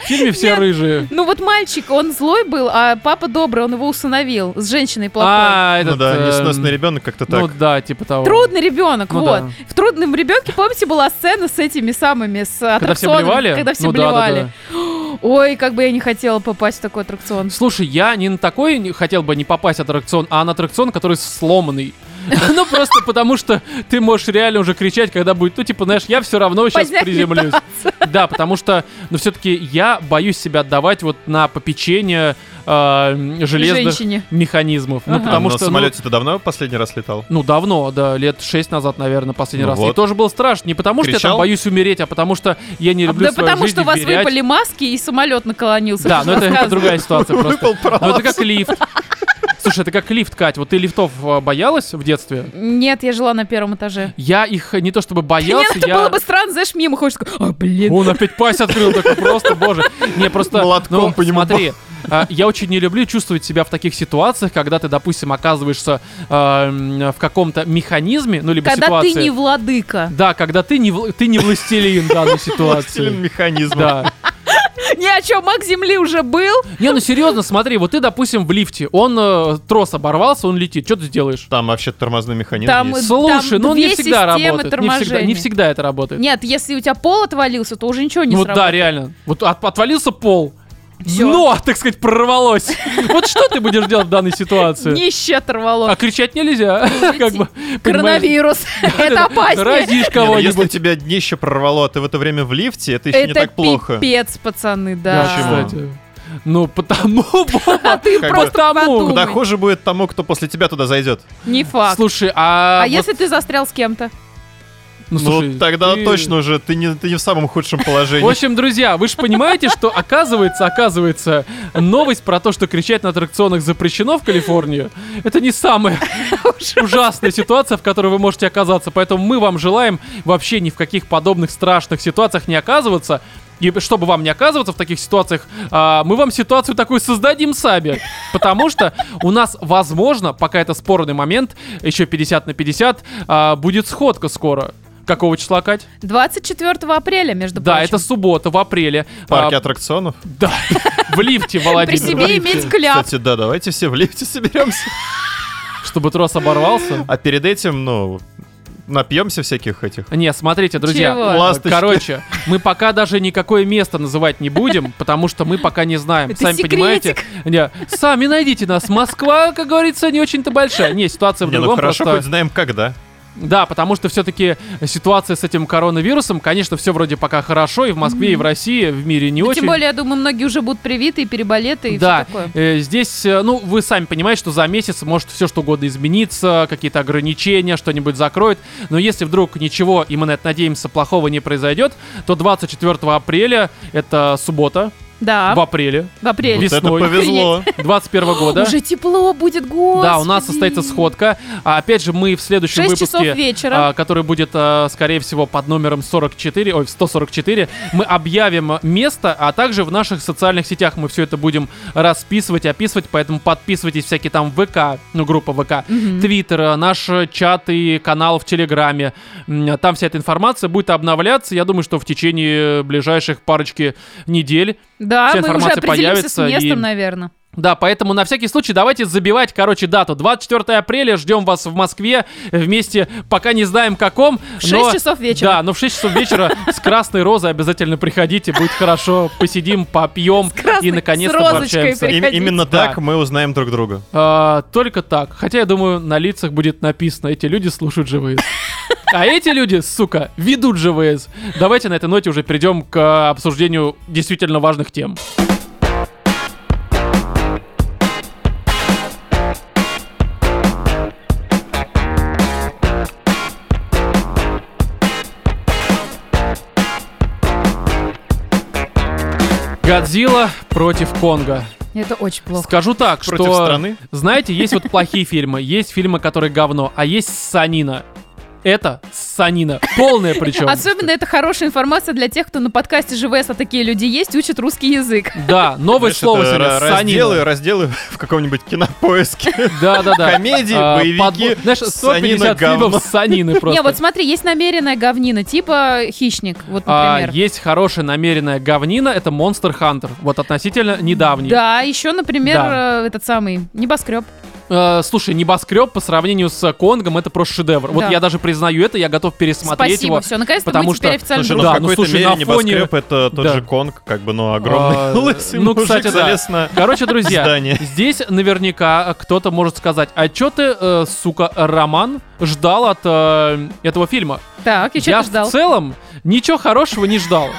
В фильме все
Нет.
рыжие.
Ну вот мальчик, он злой был, а папа добрый, он его усыновил с женщиной плохой.
А,
Ну
этот...
да,
эм,
несносный ребенок как-то
Ну
так.
да, типа того.
Трудный ребенок,
Ну
вот.
да.
В трудном ребенке, помните, была сцена с этими самыми, с
Когда все
аттракционами,
блевали?
Когда все
Ну да, да,
блевали.
да.
Ой, как бы я не хотела попасть в такой аттракцион.
Слушай, я не на такой не- хотел бы не попасть аттракцион, а на аттракцион, который сломанный. Ну, просто потому что ты можешь реально уже кричать, когда будет, ну, типа, знаешь, я все равно сейчас
Поздняк
приземлюсь. Да, потому что, ну, все-таки я боюсь себя отдавать вот на попечение э, железных
Женщине.
механизмов. Ну,
Ага.
потому
А на
что... ну,
самолете ты давно последний раз летал?
Ну, давно, да, лет шесть назад, наверное, последний
Ну
раз. И
вот.
тоже было страшно. Не потому, что я там
Кричал?
боюсь умереть, а потому что я не
А,
люблю
Да
свою
потому
жизнь
что у вас
доверять.
выпали маски и самолет наклонился.
Да,
Ты
но
же
это, это
рассказывал.
другая ситуация просто.
Выпал
Ну это
пролапс.
как лифт. Слушай, это как лифт, Кать. Вот ты лифтов э, боялась в детстве?
Нет, я жила на первом этаже.
Я их не то чтобы
Нет,
боялся,
это
я...
было бы странно, знаешь, мимо ходишь, такой, а, блин.
Он опять пасть открыл такой просто, боже. Не, просто...
Молотком
ну,
по нему
Смотри, а, я очень не люблю чувствовать себя в таких ситуациях, когда ты, допустим, оказываешься э, м, в каком-то механизме, ну, либо
Когда
ситуации...
ты не владыка.
Да, когда ты не, вл- ты не властелин данной
Властелин
ситуации.
механизма.
Да.
Ни о чем, маг земли уже был.
Не, ну серьезно, смотри, вот ты, допустим, в лифте, он э, трос оборвался, он летит, что ты сделаешь?
Там вообще тормозной механизм
Там
есть.
Слушай,
Там
ну он не
две
всегда работает.
системы
Не всегда, не
торможения.
всегда это работает.
Нет, если у тебя пол отвалился, то уже ничего не
ну вот да,
сработает.
реально. Вот от- отвалился пол.
Всё.
Но, так сказать, прорвалось. Вот что ты будешь делать в данной ситуации?
Днище оторвало.
А кричать нельзя. Как бы, понимаешь?
Коронавирус. Это опаснее.
Разишь
Не, ну, Если
кого-нибудь.
тебя днище прорвало, а ты в это время в лифте, это еще не
Это
так плохо.
пипец, пацаны,
Да,
да.
Почему?
кстати. Ну, потому,
А
Боба,
ты
Как
просто
бы- Потому.
подумай.
Куда Ну, хуже будет тому, кто после тебя туда зайдет.
Не факт.
Слушай, а...
А
вот-
если ты застрял с кем-то?
Ну, слушай,
ну, тогда
ты-
точно уже ты не, ты не в самом худшем
В
положении.
общем, друзья, вы же понимаете, что оказывается, оказывается, новость про то, что кричать на аттракционах запрещено в Калифорнии, это не самая ужасная ситуация, в которой вы можете оказаться. Поэтому мы вам желаем вообще ни в каких подобных страшных ситуациях не оказываться. И чтобы вам не оказываться в таких ситуациях, а, мы вам ситуацию такую создадим сами. Потому что у нас, возможно, пока это спорный момент, еще 50 на 50, а, будет сходка скоро. Какого числа, Кать?
24 апреля, между
Да,
прочим.
это суббота в апреле.
В парке
А,
аттракционов.
да, в лифте,
При
Владимир. в
себе
лифте.
иметь кляп.
Кстати, да, давайте все в лифте соберемся.
Чтобы трос оборвался.
А перед этим, ну, напьемся всяких этих.
Не, смотрите, друзья.
Чего?
э,
Ласточки.
Короче, мы пока даже никакое место называть не будем, потому что мы пока не знаем.
Это
сами понимаете? Не, сами найдите нас. Москва, как говорится, не очень-то большая. Не, ситуация в
Не,
другом.
ну хорошо,
просто-
хоть знаем когда.
Да, потому что все-таки ситуация с этим коронавирусом, конечно, все вроде пока хорошо и в Москве, и в России, в мире не
Да
очень.
Ну, Тем более, я думаю, многие уже будут привиты и переболеты и
да,
все такое.
э, здесь, э, ну, вы сами понимаете, что за месяц может все что угодно измениться, какие-то ограничения, что-нибудь закроют. Но если вдруг ничего, и мы на это надеемся, плохого не произойдет, то 24 апреля, это суббота,
Да,
в апреле
в апреле.
Весна.
Вот это
Весной.
повезло.
21 года.
Уже тепло будет, господи.
Да, у нас состоится сходка. А опять же, мы в следующем
6 часов
выпуске
вечера.
а, который будет, а, скорее всего, под номером 44, ой, 144. Мы объявим место, а также в наших социальных сетях мы все это будем расписывать, описывать, поэтому подписывайтесь всякие там ВК, ну, группа ВК, Твиттер, а, наш э, чат и канал в Телеграме. М, э, Там вся эта информация будет обновляться, я думаю, что в течение э, ближайших парочки недель.
да,
вся
мы уже
информация
определимся с
появится,
местом,
и-
наверное.
Да, поэтому на всякий случай давайте забивать, короче, дату. 24 апреля ждем вас в Москве вместе, пока не знаем каком.
В 6
но-
часов вечера.
Да, но в 6 часов вечера с красной розой обязательно приходите, будет хорошо. Посидим, попьем
красной,
и наконец-то
с розочкой
пообщаемся.
при-
Им-
Приходите.
Именно
Да.
так мы узнаем друг друга.
А, только так. Хотя, я думаю, на лицах будет написано, эти люди слушают живые. А эти люди, сука, ведут ЖВС. Давайте на этой ноте уже перейдем к э, обсуждению действительно важных тем. Годзилла против Конга.
Это очень плохо.
Скажу так, что...
Против страны?
Знаете, есть вот плохие фильмы, есть фильмы, которые говно, а есть санина. Это санина. Полная причем.
Особенно это хорошая информация для тех, кто на подкасте ЖВС, а такие люди есть, учат русский язык.
Да, новое
Знаешь,
слово
это
сегодня.
ра- Разделы,
Санина.
разделы в каком-нибудь кинопоиске.
Да, да, да.
Комедии,
А,
боевики,
подбор- Знаешь, 150
санина, говно.
фильмов санины просто.
Не, вот смотри, есть намеренная говнина, типа хищник, вот,
А,
например.
есть хорошая намеренная говнина, это Monster Hunter. Вот относительно недавний.
Да, еще, например,
Да.
э, этот самый небоскреб.
Э, слушай, небоскреб по сравнению с Конгом это просто шедевр. Вот
Да.
я даже признаю это, я готов пересмотреть
Спасибо,
его.
все, наконец-то
потому
мы теперь
что-
официально
Слушай,
друг-
ну
Да,
в
ну,
какой-то
слушай,
мере
на фоне-
небоскреб это тот
Да.
же Конг, как бы, ну, огромный
А,
лысый
ну,
мужик
кстати, да.
залез на...
Короче, друзья,
Здание.
здесь наверняка кто-то может сказать, а чё ты, э, сука, Роман ждал от э, этого фильма?
Так, и что
я
ты ждал?
в целом ничего хорошего не ждал.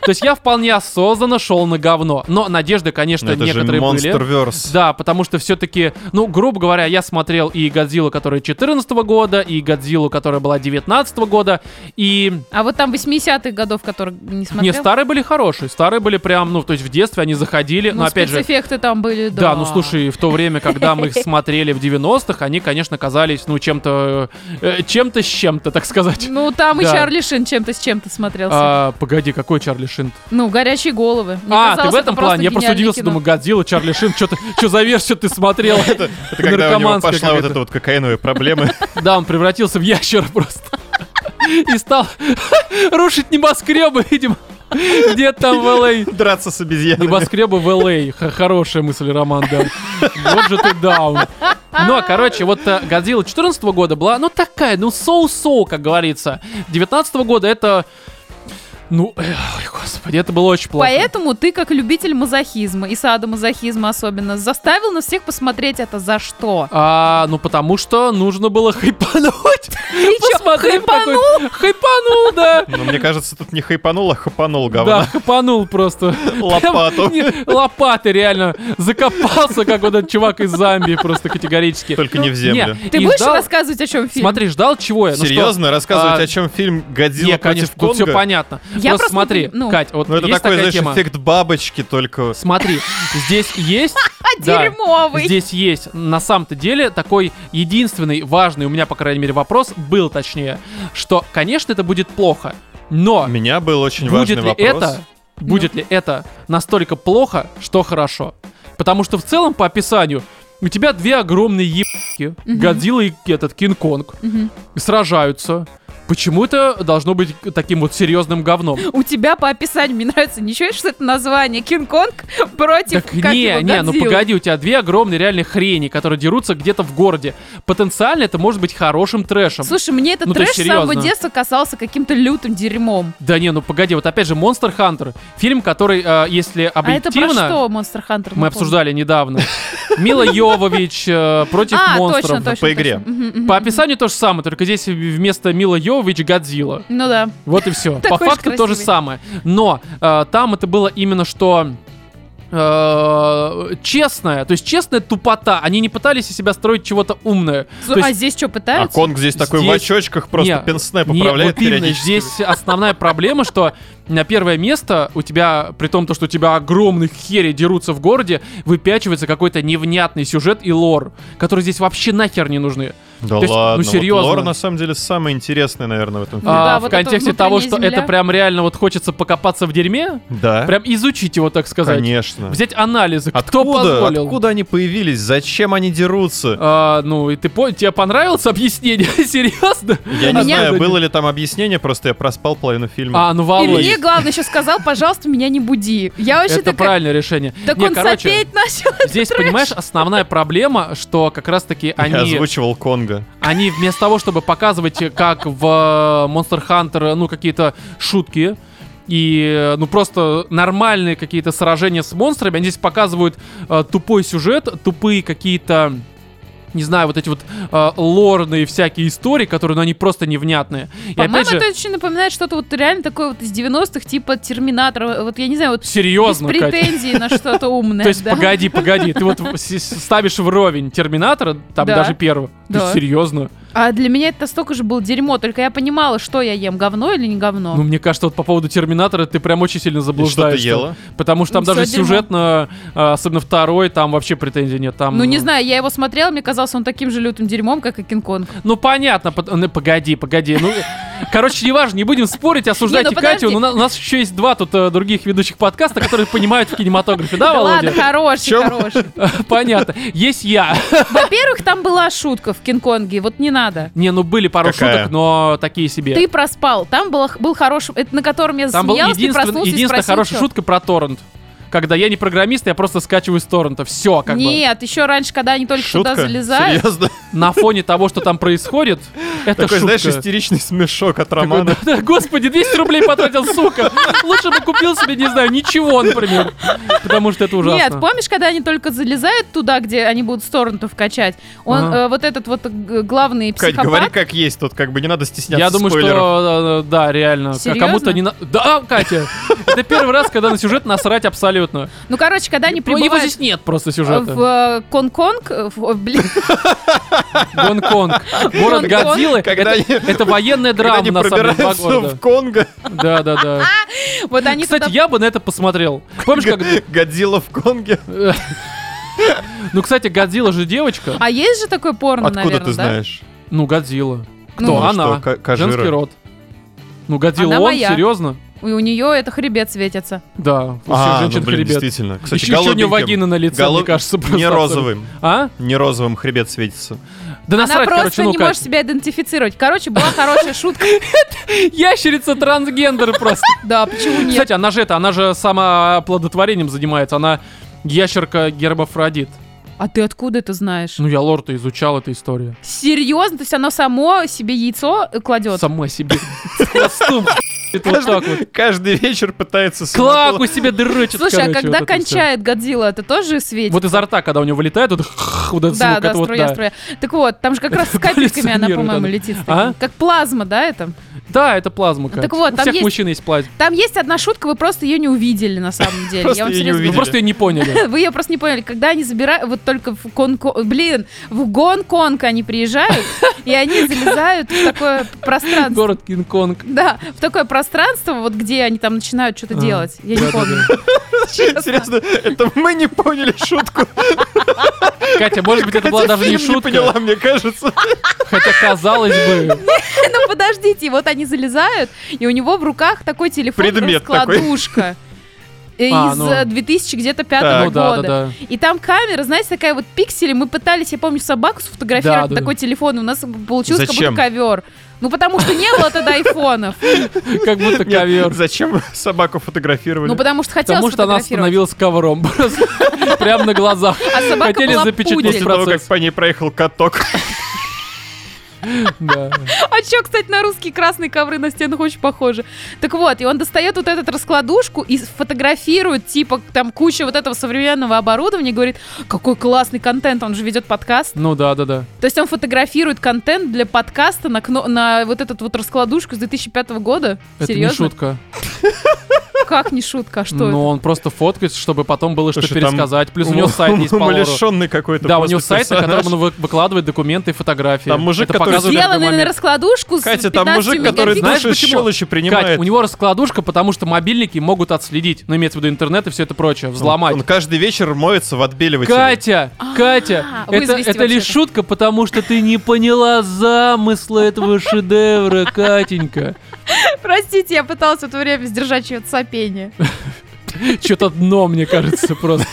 То есть я вполне осознанно шел на говно. Но надежды, конечно,
Ну, это же
некоторые были.
Monsterverse.
Да, потому что все-таки, ну, грубо говоря, я смотрел и Годзиллу, которая 14 года, и Годзиллу, которая была 19 года, и...
А вот там 80-х годов, которые не
Не,
смотрел?
старые были хорошие, старые были прям, ну, то есть в детстве они заходили,
Ну,
но опять же...
спецэффекты там были, да.
Да, ну слушай, в то время, когда мы их смотрели в 90-х, они, конечно, казались, ну, чем-то... э, чем-то с чем-то, так сказать.
Ну, там и
Да.
Чарли Шин чем-то с чем-то смотрелся.
А, погоди, какой Чарли Шин?
Ну, горячие головы. Мне
а, ты
казалось,
в этом
это просто
плане? Я просто
гениальное
удивился,
кино.
думаю, Годзилла, Чарли Шин, что за версию ты смотрел?
Это когда у него
наркоманская
пошла вот
какая-то.
эта вот кокаиновая проблема.
Да, он превратился в ящера просто. И стал рушить небоскребы, видимо. Где там в А. Л.А.
Драться с обезьянами.
Небоскребы в Л.А. Х- Хорошая мысль, Роман, да. Вот же ты даун. Но, короче, вот э, Годзилла 14 года была, ну, такая, ну, соу-соу, как говорится. 19 года это... Ну, эх, ой, господи, это было очень плохо.
Поэтому ты, как любитель мазохизма и садомазохизма особенно, заставил нас всех посмотреть это за что?
А, ну потому что нужно было хайпануть.
Ты чё,
Посмотрев какой-
хайпанул?
Хайпанул, да.
Ну, мне кажется, тут не хайпанул, а хапанул
Да,
говно.
хапанул просто.
Лопату.
Прям, не, Лопаты, реально. Закопался, как вот этот чувак из Замбии, просто категорически.
Только не в землю.
Не,
Ты
и
будешь
ждал-
рассказывать, о чем фильм?
Смотри, ждал чего я? Ну что-
Серьезно? Рассказывать,
а,
о чем фильм
Не,
«Годзилла против
конечно, тут все
Конга»?
понятно. Просто
Я просто
смотри,
не- ну.
Кать, вот
Ну, это
есть
такой,
такая
знаешь,
тема.
эффект бабочки, только...
Смотри, здесь есть...
А,
да.
дерьмовый.
Здесь есть, на самом-то деле, такой единственный важный у меня, по крайней мере, вопрос был, точнее, что, конечно, это будет плохо,
У
но
меня был очень
А. будет
важный
ли
вопрос.
это, будет
Ну.
ли это настолько плохо, что хорошо? Потому что в целом по описанию у тебя две огромные ебки,
Мгм.
Годзилла и этот Кинг-Конг,
Мгм.
сражаются. Почему это должно быть таким вот серьезным говном?
У тебя по описанию, мне нравится, ничего, что это название? Кинг-Конг против,
Так
Типа, как
не,
его,
не, ну
Годзиллы.
погоди, у тебя две огромные реальные хрени, которые дерутся где-то в городе. Потенциально это может быть хорошим трэшем.
Слушай, мне этот
Ну, то
трэш
есть
с самого
серьезно.
детства касался каким-то лютым дерьмом.
Да не, ну погоди, вот опять же Monster Hunter, фильм, который, э, если
А это про
объективно,
что, Ну, Монстр Хантер?
мы обсуждали недавно, Мила Йовович э, против
А,
монстров.
точно, точно.
По игре.
точно. Мгм, мгм.
По описанию то же самое, только здесь вместо Мила Йовович Годзилла.
Ну да.
Вот и все. По
Такой же
факту то же
красивый.
самое. Но э, там это было именно что э, честная, то есть честная тупота. Они не пытались из себя строить чего-то умное.
Слу-
То есть-
А здесь что,
А
пытаются?
Конг здесь такой в
Здесь-
очочках, просто
Не,
пенснэп
не,
управляет
вот именно
периодически.
здесь основная проблема, что на первое место у тебя, при том, то, что у тебя огромных херей дерутся в городе, выпячивается какой-то невнятный сюжет и лор, которые здесь вообще нахер не нужны.
Да
То есть, ну,
ладно, вот
серьезно.
лор на самом деле самый интересный, наверное, в этом фильме.
А. да,
в
вот это
контексте того, что
внутренняя земля.
это прям реально вот хочется покопаться в дерьме,
Да,
прям изучить его, так сказать.
конечно.
Взять анализы, кто
Откуда,
позволил.
откуда они появились? Зачем они дерутся?
А, ну, и ты понял, тебе понравилось объяснение? Серьезно?
Я не
Меня-
знаю, было ли там объяснение, просто я проспал половину фильма.
А, ну
И
Валой.
мне главное еще сказал, пожалуйста, меня не буди. Я вообще
Это
такая...
правильное решение.
Так
Не,
он
короче,
сопеть начал.
здесь,
трэш.
понимаешь, основная проблема, что как раз-таки
Я
А, они,
озвучивал Конга.
они вместо того, чтобы показывать, э, как в э, Monster Hunter, ну, какие-то шутки, и, э, ну, просто нормальные какие-то сражения с монстрами, они здесь показывают э, тупой сюжет, тупые какие-то не знаю, вот эти вот э, лорные всякие истории, которые, ну, они просто невнятные. И
По-моему,
опять же,
это очень напоминает что-то вот реально такое вот из 90-х, типа Терминатора. Вот я не знаю, вот без
серьезно, Кать.
претензий на что-то умное.
То есть,
да.
погоди, погоди, ты вот в- с- с- ставишь вровень Терминатора, там
Да.
даже первого. Ты
Да.
серьезно?
А для меня это столько же было дерьмо, только я понимала, что я ем, говно или не говно.
Ну, мне кажется, вот по поводу Терминатора ты прям очень сильно заблуждаешься.
ела?
Потому что там
Ну, Всё
даже
дерьмо.
сюжетно, а, особенно второй, там вообще претензий нет. Там, э,
Ну, не знаю, я его смотрела, мне казалось, он таким же лютым дерьмом, как и Кинг-Конг.
Ну, понятно. пот- ну, Погоди, погоди. Ну, короче, неважно, не будем спорить, осуждать
Не, ну,
и Катю.
подожди.
но у нас- у нас еще есть два тут э, других ведущих подкаста, которые понимают в кинематографе, да,
ладно,
Володя?
хороший,
Чё?
хороший.
Понятно. Есть я.
Во-первых, там была шутка в Кинг-Конге, вот не надо.
Не, ну были пару
Какая?
шуток, но такие себе.
Ты проспал. Там был, был хороший... Это на котором я
Там был
засмеялась, ты
единственная,
проснулся и
единственная
спросил,
хорошая
чё?
шутка про торрент. Когда я не программист, я просто скачиваю с торрента. Все, как бы.
Нет, еще раньше, когда они только
Шутка?
туда залезают,
Серьезно?
На фоне того, что там происходит, это
Такой,
шутка.
знаешь, истеричный смешок от
Такой,
Романа.
«Да, да, господи, 200 рублей потратил, сука. Лучше бы купил себе, не знаю, ничего, например. Потому что это ужасно.
Нет, помнишь, когда они только залезают туда, где они будут сторону вкачать? Он,
Ага.
э, вот этот вот э, г- главный
Кать,
психопат...
говори как есть, тут как бы не надо стесняться
Я думаю,
спойлеров.
что э, э, да, реально. А
Серьезно?
Кому-то не на... Да, а, Катя! Это первый раз, когда на сюжет насрать абсолютно.
Ну, короче, когда они
Ну, его
прибывают
здесь нет просто
э,
сюжета.
в э, Конг-Конг, э, в- о, блин,
Гонконг. Город
Гонконг.
Годзиллы.
Когда
это,
они-
это военная
Когда
драма,
они
на самом деле, два
пробираются
города.
в Конго,
Да, да, да.
вот А, они
Кстати,
туда-
я бы на это посмотрел. Помнишь, как...
Годзилла в Конге.
Ну, кстати, Годзилла же девочка.
А есть же такое порно,
Откуда
наверное,
ты
да?
знаешь?
Ну, Годзилла. Кто?
Ну,
Она.
что, Ка- Кажира?
Женский род. Ну, Годзилла
Она
он,
моя.
серьезно?
а, И у нее это хребет светится.
Да, у всех
А, ну,
женщин
блин,
хребет.
действительно. Кстати,
еще, еще у нее
голубеньким.
вагина на лице,
Голу-
мне кажется.
Не
просто
розовым.
абсолютно. А?
Не розовым хребет светится.
Да
Она
насрать, короче,
просто
ну
не
как.
может себя идентифицировать. Короче, была хорошая шутка.
Ящерица трансгендер просто.
Да, почему нет?
Кстати, она же это, она же самооплодотворением занимается. Она ящерка гермафродит.
А ты откуда это знаешь?
Ну, я лорта изучал эту историю.
Серьезно? То есть оно само себе яйцо э, кладет?
Сама себе. Хвостом. Вот так вот.
Каждый вечер пытается... самопол-
Клаку себе дырочит,
Слушай, а
короче,
когда
вот это всё.
кончает Годзилла, это тоже светит?
Вот изо рта, когда у него вылетает, вот, вот этот
да,
звук,
да,
это вот,
струя,
да.
струя. Так вот, там же как раз с капельками она,
Коллекционирует
по-моему,
она.
летит. с
А?
таким. Как плазма, да, это?
Да, это плазма, Кать.
так вот,
У
там
всех
есть-
мужчин есть плазма. Ну,
Там есть одна шутка, вы просто ее не увидели на самом деле.
Просто
Я вам
её не
серьезно
Вы
Видели.
просто ее не поняли.
Вы ее просто не поняли, когда они забирают, вот только в Гонконг, блин, в Гонконг они приезжают, и они залезают в такое пространство.
Город Кинг-Конг.
Да, в такое пространство, вот где они там начинают что-то
А,
делать. Я не
да-да-да.
помню.
Серьезно, это мы не поняли шутку.
Катя, может быть, это была
Хотя
даже не
фильм не
шутка,
поняла, мне кажется.
хотя казалось бы.
Ну подождите, и вот они залезают, и у него в руках такой телефон
Предмет такой.
раскладушка. Э,
А,
Из
ну.
э, 2000 где-то
Так.
пятого
Ну да, да,
года.
да.
И там камера, знаете, такая вот пиксели. Мы пытались, я помню, собаку сфотографировать
Да,
на
да.
такой телефон, и у нас получился как будто
Зачем?
ковер. Ну потому что не было тогда айфонов.
Как будто
Нет,
ковер.
Зачем собаку фотографировали?
Ну потому что хотелось
Потому что она
сфотографировать.
становилась ковром. просто. Прямо на глазах.
А собака
Хотели
была
запечатлеть
пудель.
После того, как
процесс.
по ней проехал каток.
Да.
А чё, кстати, на русские красные ковры на стенах очень похоже. Так вот, и он достает вот эту раскладушку и фотографирует, типа, там куча вот этого современного оборудования, и говорит, какой классный контент, он же ведет подкаст.
Ну да, да, да.
То есть он фотографирует контент для подкаста на, кно- на вот этот вот раскладушку с 2005 года?
Это не
Серьезно?
шутка.
Как не шутка, а что это?
Но он просто фоткает, чтобы потом было что
Слушай, там
пересказать. Плюс у него сайт есть по лору.
Умалишенный какой-то
Да, у
просто
него сайт, на
персонаж.
котором он вы- выкладывает документы и фотографии.
Там мужик,
Это
который-
показывает
Сделанный
на
на
момент.
раскладушку
Катя,
с
там
15
мужик, который
Знаешь
наши
почему?
щелочи
Кать,
принимает.
у него раскладушка, потому что мобильники могут отследить, ну имеется в виду интернет и все это прочее, взломать.
Он каждый вечер моется в отбеливателе.
Катя,
А,
Катя, это,
вызвести
это лишь
вообще-то.
шутка, потому что ты не поняла замысла этого шедевра, Катенька.
Простите, я пыталась в это время сдержать чье-то сопение.
Что-то дно, мне кажется, просто.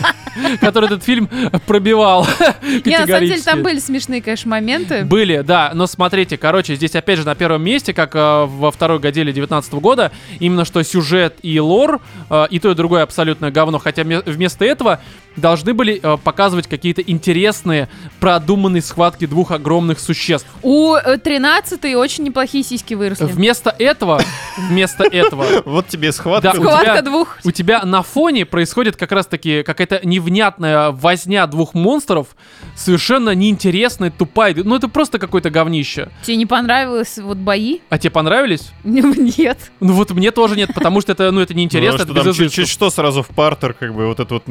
Который этот фильм пробивал
Не, на самом деле
категорически.
там были смешные, конечно, моменты.
Были, да, но смотрите, короче, здесь опять же на первом месте, как э, во второй годели 19 года, именно что сюжет и лор, э, и то, и другое абсолютное говно, хотя ме- вместо этого должны были э, показывать какие-то интересные, продуманные схватки двух огромных существ.
У 13 очень неплохие сиськи выросли.
Вместо этого, вместо этого,
Вот тебе и
Да,
схватка.
у
Схватка
тебя-
двух.
у тебя на фоне происходит как раз-таки какая-то невнятная возня двух монстров, совершенно неинтересная, тупая. Ну, это просто какое-то говнище.
Тебе не понравилось вот бои?
А тебе понравились?
Нет.
Ну вот мне тоже нет, потому что это, ну, это неинтересно,
Потому
это
что
без
там
изысков.
чуть-чуть что сразу в партер, как бы, вот это вот
Да,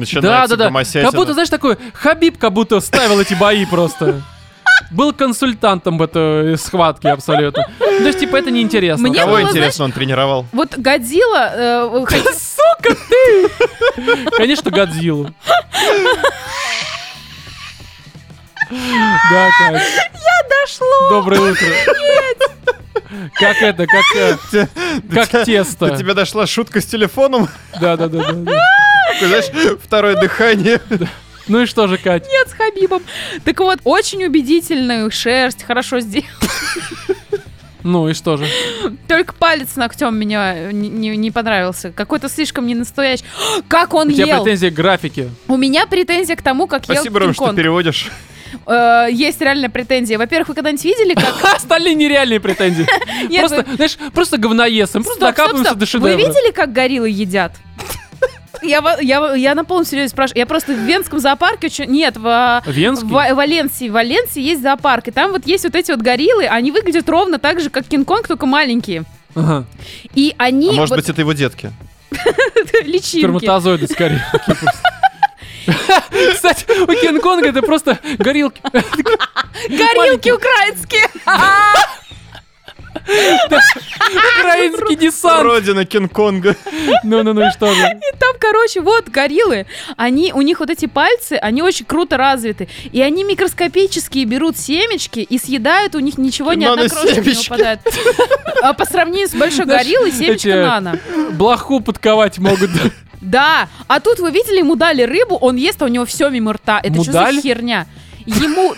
да,
начинается
да. Как будто,
гомосятина.
знаешь, такой Хабиб как будто ставил эти бои просто. был консультантом в этой схватке абсолютно. То есть, типа, это неинтересно.
Мне
Кого
было,
интересно он тренировал?
Вот Годзилла... э, хоть-
Конечно, Годзиллу. Да, Кать.
дошло.
Доброе утро. Как это, как, э, как
До
тесто.
тебя дошла шутка с телефоном,
Да, да, да, да, да.
Такой, знаешь, второе дыхание.
Ну и что же, Кать?
Нет, с Хабибом. Так вот, очень убедительную шерсть, хорошо сделал.
Ну и что же?
Только палец с ногтем меня не, не- не понравился. Какой-то слишком ненастоящий. Как он
У тебя
ел!
претензии к графике.
У меня претензия к тому, как
Спасибо,
ел
Ром,
Кинг Э,
что переводишь.
есть реально претензия. Во-первых, вы когда-нибудь видели, как...
Остальные нереальные претензии.
Нет,
Просто,
вы-
знаешь, просто говноесом. Просто
Стоп, стоп,
докапываемся
стоп.
до
Вы
шедевра.
видели, как гориллы едят? Я, во- я, во- я на полном серьезе спрашиваю. Я просто в Венском зоопарке... очень- Нет, в... а,
Венский?
В Валенсии. В Валенсии есть зоопарк, и там вот есть вот эти вот гориллы, они выглядят ровно так же, как Кинг-Конг, только маленькие.
Ага.
И они
А может
вот
быть, это его детки?
личинки.
Сперматозоиды скорее. такие просто. Кстати, у Кинг-Конга это просто горилки.
Горилки украинские!
Украинский десант.
Родина Кинг-Конга.
Ну, ну, ну и что же?
Там, короче, вот гориллы, они, у них вот эти пальцы, они очень круто развиты. И они микроскопические берут семечки и съедают, у них ничего ни одна крошка не
Наносемечки.
выпадает. А по сравнению с большой
Знаешь,
гориллой, семечка
эти-
нано.
Блоху подковать могут.
Да, а тут вы видели, ему дали рыбу, он ест, а у него все мимо рта. Это что за
Мудаль?
херня? Ему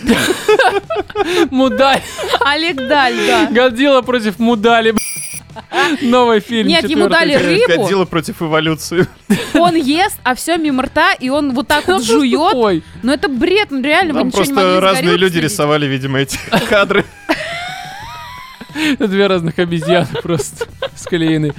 Мудаль.
Олег Даль, да.
Годзилла против Мудали. б***ь. Новый фильм.
Нет, ему
четвертый.
дали рыбу,
Годзилла против эволюции.
он ест, а все мимо рта, и он вот так вот
Он просто
жует.
тупой.
Но это бред, ну реально, вы
Там
ничего не могли
просто
с
разные
гориллой
люди
съесть.
рисовали, видимо, эти кадры.
Это Две разных обезьяны просто склеены.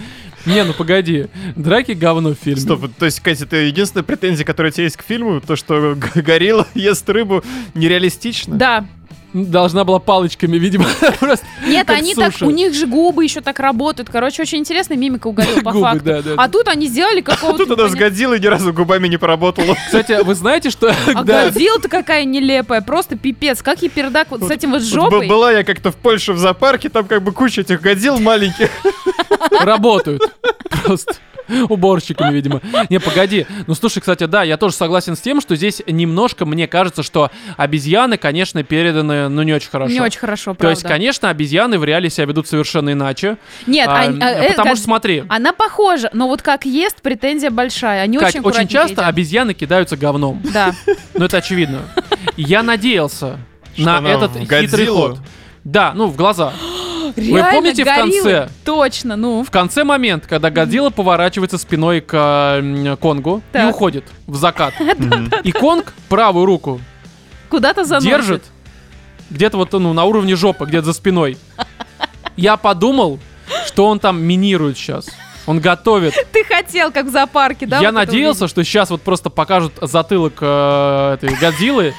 Не, ну погоди. Драки говно в фильме.
Стоп, то есть, Катя, это единственная претензия, которая у тебя есть к фильму, то, что г- горилла ест рыбу нереалистично.
Да.
Должна была палочками, видимо. Просто
Нет,
как
они
суши.
так, у них же губы еще так работают. Короче, очень интересная мимика у горилл, по
Губы,
факту.
да, да, да.
А тут они сделали
А
какого-то...
тут она с
непонятного-
годзиллой ни разу губами не поработала.
Кстати, вы знаете, что...
А
да.
Годзилла-то какая нелепая, просто пипец. Как ей пердак вот с этим вот
Вот б-
жопой.
Была я как-то в Польше в зоопарке, там как бы куча этих годзилл маленьких.
работают. Просто уборщиками, видимо. Не, погоди. Ну, слушай, кстати, да, я тоже согласен с тем, что здесь немножко, мне кажется, что обезьяны, конечно, переданы, ну, не очень хорошо.
Не очень хорошо,
То есть,
правда.
конечно, обезьяны в реале себя ведут совершенно иначе.
Нет,
А,
они- а, э,
потому
год-
что, смотри,
Она похожа, но вот как ест, претензия большая. Они
Кать,
очень
очень,
аккуратненько
часто
едят.
обезьяны кидаются говном.
Да.
Ну, это очевидно. Я надеялся
Что
на
она
этот
в
хитрый
«Годзиллу»?
ход. Да, ну, в глаза.
Реально,
помните в
гориллы?
конце?
Точно, ну.
В конце момент, когда Годзилла поворачивается спиной к э, м, Конгу и
Так.
уходит в закат.
Мгм.
И Конг правую руку
Куда-то заносит.
держит где-то вот ну, на уровне жопы, где-то за спиной. Я подумал, что он там минирует сейчас. Он готовит.
Ты хотел, как в зоопарке, да?
Я
вот это
надеялся, что сейчас вот просто покажут затылок э, этой Годзиллы.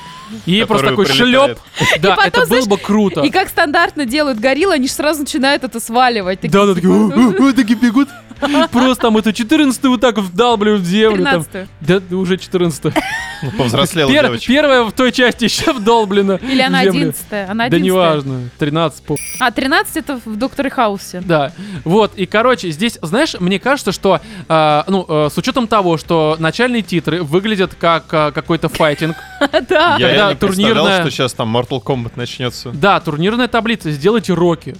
И
Которую
просто такой шлеп.
прилетает.
Да,
потом,
это было
знаешь,
бы круто.
увидеть? И как стандартно делают гориллы, они же сразу начинают это сваливать. Такие,
Да, да, такие, «О, о, о», такие бегут. Просто там эту 14 вот так вдалбливают в землю. Там.
13
Да, да, уже 14
Ну, Повзрослела
Пер-
девочка.
Первая в той части еще вдолблена.
Или она
в землю.
11 Она 11
Да неважно, 13 по...
А, 13 это в Докторе Хаусе.
Да, вот, и, короче, здесь, знаешь, мне кажется, что, э, ну, э, с учетом того, что начальные титры выглядят как э, какой-то файтинг,
Да.
когда
Я реально представлял,
турнирная-
что сейчас там Mortal Kombat начнется.
да, турнирная таблица, сделайте роки,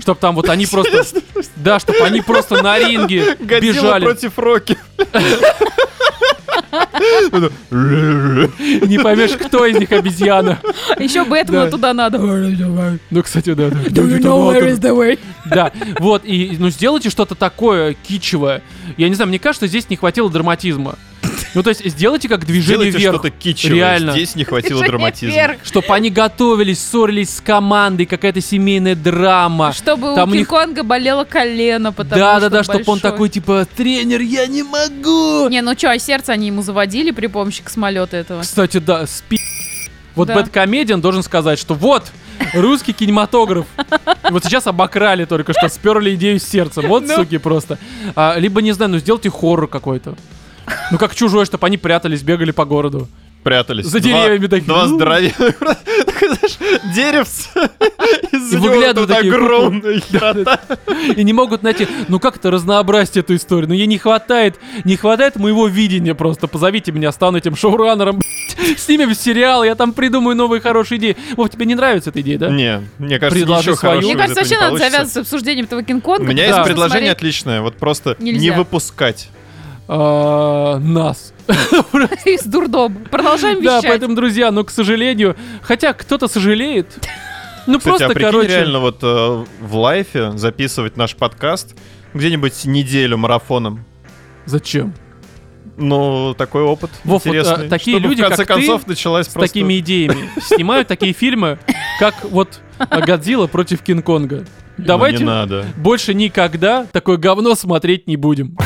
чтоб там вот они просто, да, чтоб они просто на ринге
Годзилла
бежали,
против Рокки.
не поймешь, кто из них обезьяна.
Еще Бэтмена
Да.
туда надо.
Ну, кстати, да, да. Да, вот, и, ну, сделайте что-то такое кичевое. Я не знаю, мне кажется, здесь не хватило драматизма. Ну, то есть, сделайте как движение
Делайте
вверх.
что-то кичевое.
Реально.
Здесь не хватило
Жени
драматизма.
вверх.
Чтоб они готовились, ссорились с командой, какая-то семейная драма.
Чтобы
А, Там
у
у них-
Кинг-Конга болело колено, потому
Да,
что
да, да, чтоб он
большой.
такой, типа, тренер, я не могу.
Не, ну чё, а сердце они ему заводили при помощи космолета этого?
Кстати, да, спи. Вот
Да.
Бэткомедиан должен сказать, что вот, русский кинематограф. Вот сейчас обокрали только что, сперли идею с сердцем. Вот,
Ну.
суки, просто. А, либо, не знаю, ну сделайте хоррор какой-то. Ну как чужой, чтобы они прятались, бегали по городу.
прятались.
За
Два-
деревьями такие.
Два здоровенных. такое, знаешь, Деревце. Из-за
И
него
выглядывают
вот эта
такие,
огромная херота.
И не могут найти, ну как это разнообразить эту историю? Ну ей не хватает, не хватает моего видения просто. Позовите меня, стану этим шоураннером, блядь. снимем сериал, я там придумаю новые хорошие идеи. Вов, тебе не нравится эта идея, да?
Не, мне кажется,
Предложи
ничего
свою.
хорошего
Мне
из этого
кажется, вообще
не
надо
получится.
завязывать с обсуждением этого
У
кинг-конга.
меня
потому
есть
что
предложение
смотреть-
отличное, вот просто не
Нельзя.
выпускать.
А, нас.
из дурдом. Продолжаем
Да,
вещать.
поэтому, друзья, ну, к сожалению, хотя кто-то сожалеет, ну
Кстати, а
просто,
прикинь,
короче,
реально вот э, в лайфе записывать наш подкаст где-нибудь неделю марафоном.
зачем?
Ну, такой опот
Вов, вот,
интересный.
а, такие
Чтобы
люди,
в конце
как ты,
концов, началась
с
просто...
такими идеями. Снимают такие фильмы, как вот а, «Годзилла против Кинг-Конга».
Ну,
Давайте
не надо.
больше никогда такое говно смотреть не будем.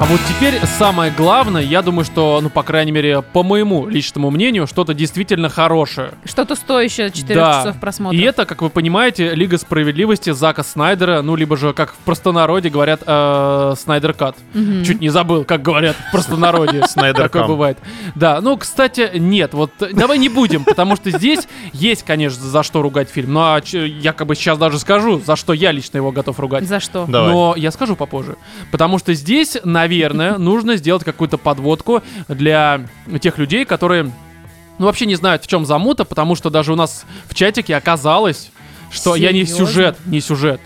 А вот теперь самое главное, я думаю, что, ну, по крайней мере, по моему личному мнению, что-то действительно хорошее.
Что-то стоящее 4
Да.
часов просмотра.
И это, как вы понимаете, Лига справедливости Зака Снайдера, ну, либо же, как в простонародье говорят, э, Снайдер Кат.
Мгм.
Чуть не забыл, как говорят в простонародье.
Снайдер
Такое
Кам.
бывает. Да, ну, кстати, нет, вот э, давай не будем, потому что здесь есть, конечно, за что ругать фильм. Ну, а ч- я как бы сейчас даже скажу, за что я лично его готов ругать.
За что?
Давай.
Но я скажу попозже. Потому что здесь, наверное, нужно сделать какую-то подводку для тех людей, которые, ну, вообще не знают, в чем замута, потому что даже у нас в чатике оказалось, что я не
Серьезно?
сюжет, не сюжет.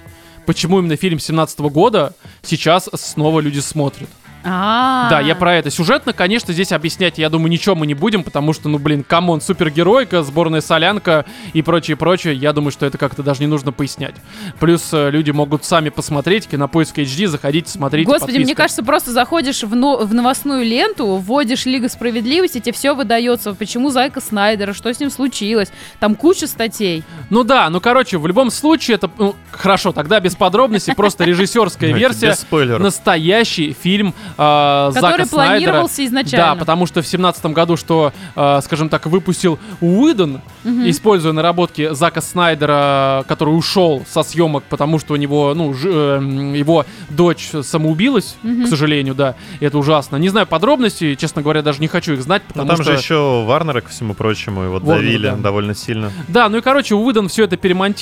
Почему именно фильм 17 года сейчас снова люди смотрят?
А.
Да, я про это. Сюжетно, конечно, здесь объяснять, я думаю, ничего мы не будем, потому что, ну, блин, камон, супергеройка, сборная солянка и прочее, прочее. Я думаю, что это как-то даже не нужно пояснять. Плюс э, люди могут сами посмотреть, кинопоиск HD, заходите, смотрите.
Господи, мне
подписка.
кажется, просто заходишь в, но- в новостную ленту, вводишь Лига справедливости, тебе все выдается. Почему Зайка Снайдера, что с ним случилось? Там куча статей.
Ну да, ну короче, в любом случае это... ну, хорошо, тогда без подробностей, просто режиссерская
Давайте
версия.
Ну, Без спойлеров.
Настоящий фильм э, Зака
Который
Снайдера.
планировался изначально.
Да, потому что в семнадцатом году, что, э, скажем так, выпустил Уидон, используя наработки Зака Снайдера, который ушел со съемок, потому что у него, ну, ж- э, м, его дочь самоубилась,
Мгм.
к сожалению, да, и это ужасно. Не знаю подробностей, честно говоря, даже не хочу их знать,
Ну,
потому
там
что...
же еще Варнера, ко всему прочему, его
Warner,
давили
да.
довольно сильно.
Да, ну и короче, Уидон все это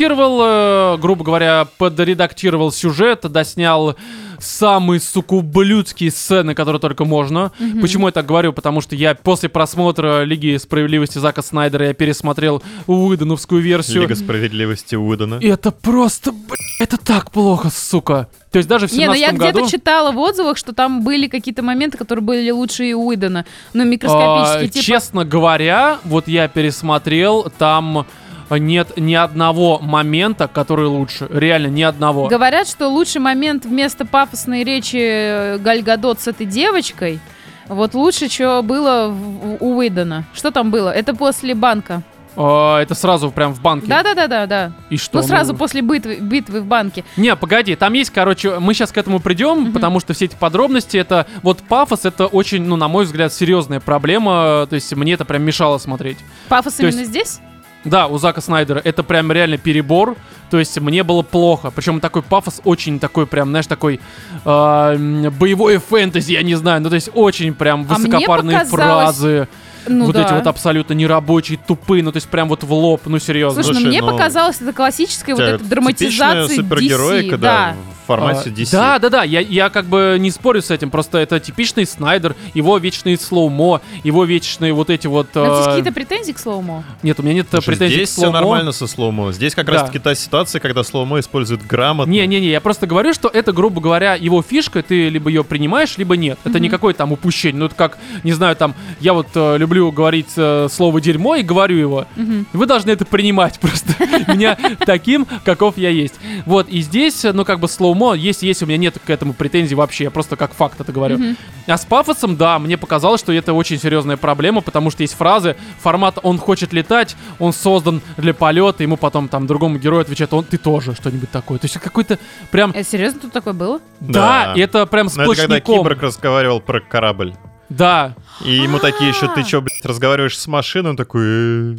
перемонтировал, э, грубо говоря, подредактировал сюжет, доснял самые, сука, ублюдские сцены, которые только можно. Почему я так говорю? Потому что я после просмотра Лиги справедливости Зака Снайдера я пересмотрел Уидоновскую версию.
Лига справедливости Уидона.
И это просто, блин, это так плохо, сука. То есть даже в 17
Не, ну я
году...
где-то читала в отзывах, что там были какие-то моменты, которые были лучше и Уидона. Ну,
А,
микроскопические, типа...
Честно говоря, вот я пересмотрел, там нет ни одного момента, который лучше. Реально, ни одного.
Говорят, что лучший момент вместо пафосной речи Гальгадот с этой девочкой, вот лучше, что было в- у Уидона. Что там было? Это после банка.
А, это сразу прям в банке.
Да-да-да-да-да.
И что?
Ну, сразу после битвы, битвы в банке.
Не, погоди, там есть, короче, мы сейчас к этому придем, потому что все эти подробности, это вот пафос, это очень, ну, на мой взгляд, серьезная проблема. То есть мне это прям мешало смотреть.
Пафос
То
именно
есть-
здесь?
Да, у Зака Снайдера это прям реально перебор. То есть мне было плохо. Причем такой пафос очень такой прям, знаешь, такой э, м, боевое фэнтези, я не знаю. Ну, то есть очень прям
А мне
высокопарные
показалось-
фразы.
Ну,
вот
да.
эти вот абсолютно нерабочие, тупые. Ну, то есть прям вот в лоб, ну, серьезно.
Слушай, ну
Слушай,
мне
ну,
показалось, это классическая вот
Тя-
эта
типичная
драматизация
супергероика, да,
DC, да.
в формате
А,
DC.
Да, да, да, я, я как бы не спорю с этим, просто это типичный Снайдер, его вечные слоумо, его вечные вот эти вот...
У тебя
э,
Ну, какие-то претензии к слоумо?
Нет, у меня нет э,
Слушай,
претензий
здесь
к
все
слоумо.
нормально со слоумо. Здесь как
Да.
раз-таки та ситуация, когда слоумо используют грамотно.
Не-не-не, я просто говорю, что это, грубо говоря, его фишка, ты либо ее принимаешь, либо нет. Это не какое там упущение. Ну, это как, не знаю, там, я вот э, люблю говорить э, слово дерьмо и говорю его. Вы должны это принимать просто. Меня таким, каков я есть. Вот, и здесь, э, ну, как бы слоумо уму, есть, есть, у меня нет к этому претензий вообще, я просто как факт это говорю. А с пафосом, да, мне показалось, что это очень серьезная проблема, потому что есть фразы, формат «он хочет летать», «он создан для полета», ему потом там другому герою отвечает «он, ты тоже», что-нибудь такое. То есть какой-то прям...
Э, серьезно, тут такое было?
Да, и это прям
Но Ну, это когда
сплошняком.
Киборг разговаривал про корабль.
Да.
И ему такие еще, ты чё, блядь, разговариваешь с машиной? Он такой... «Э».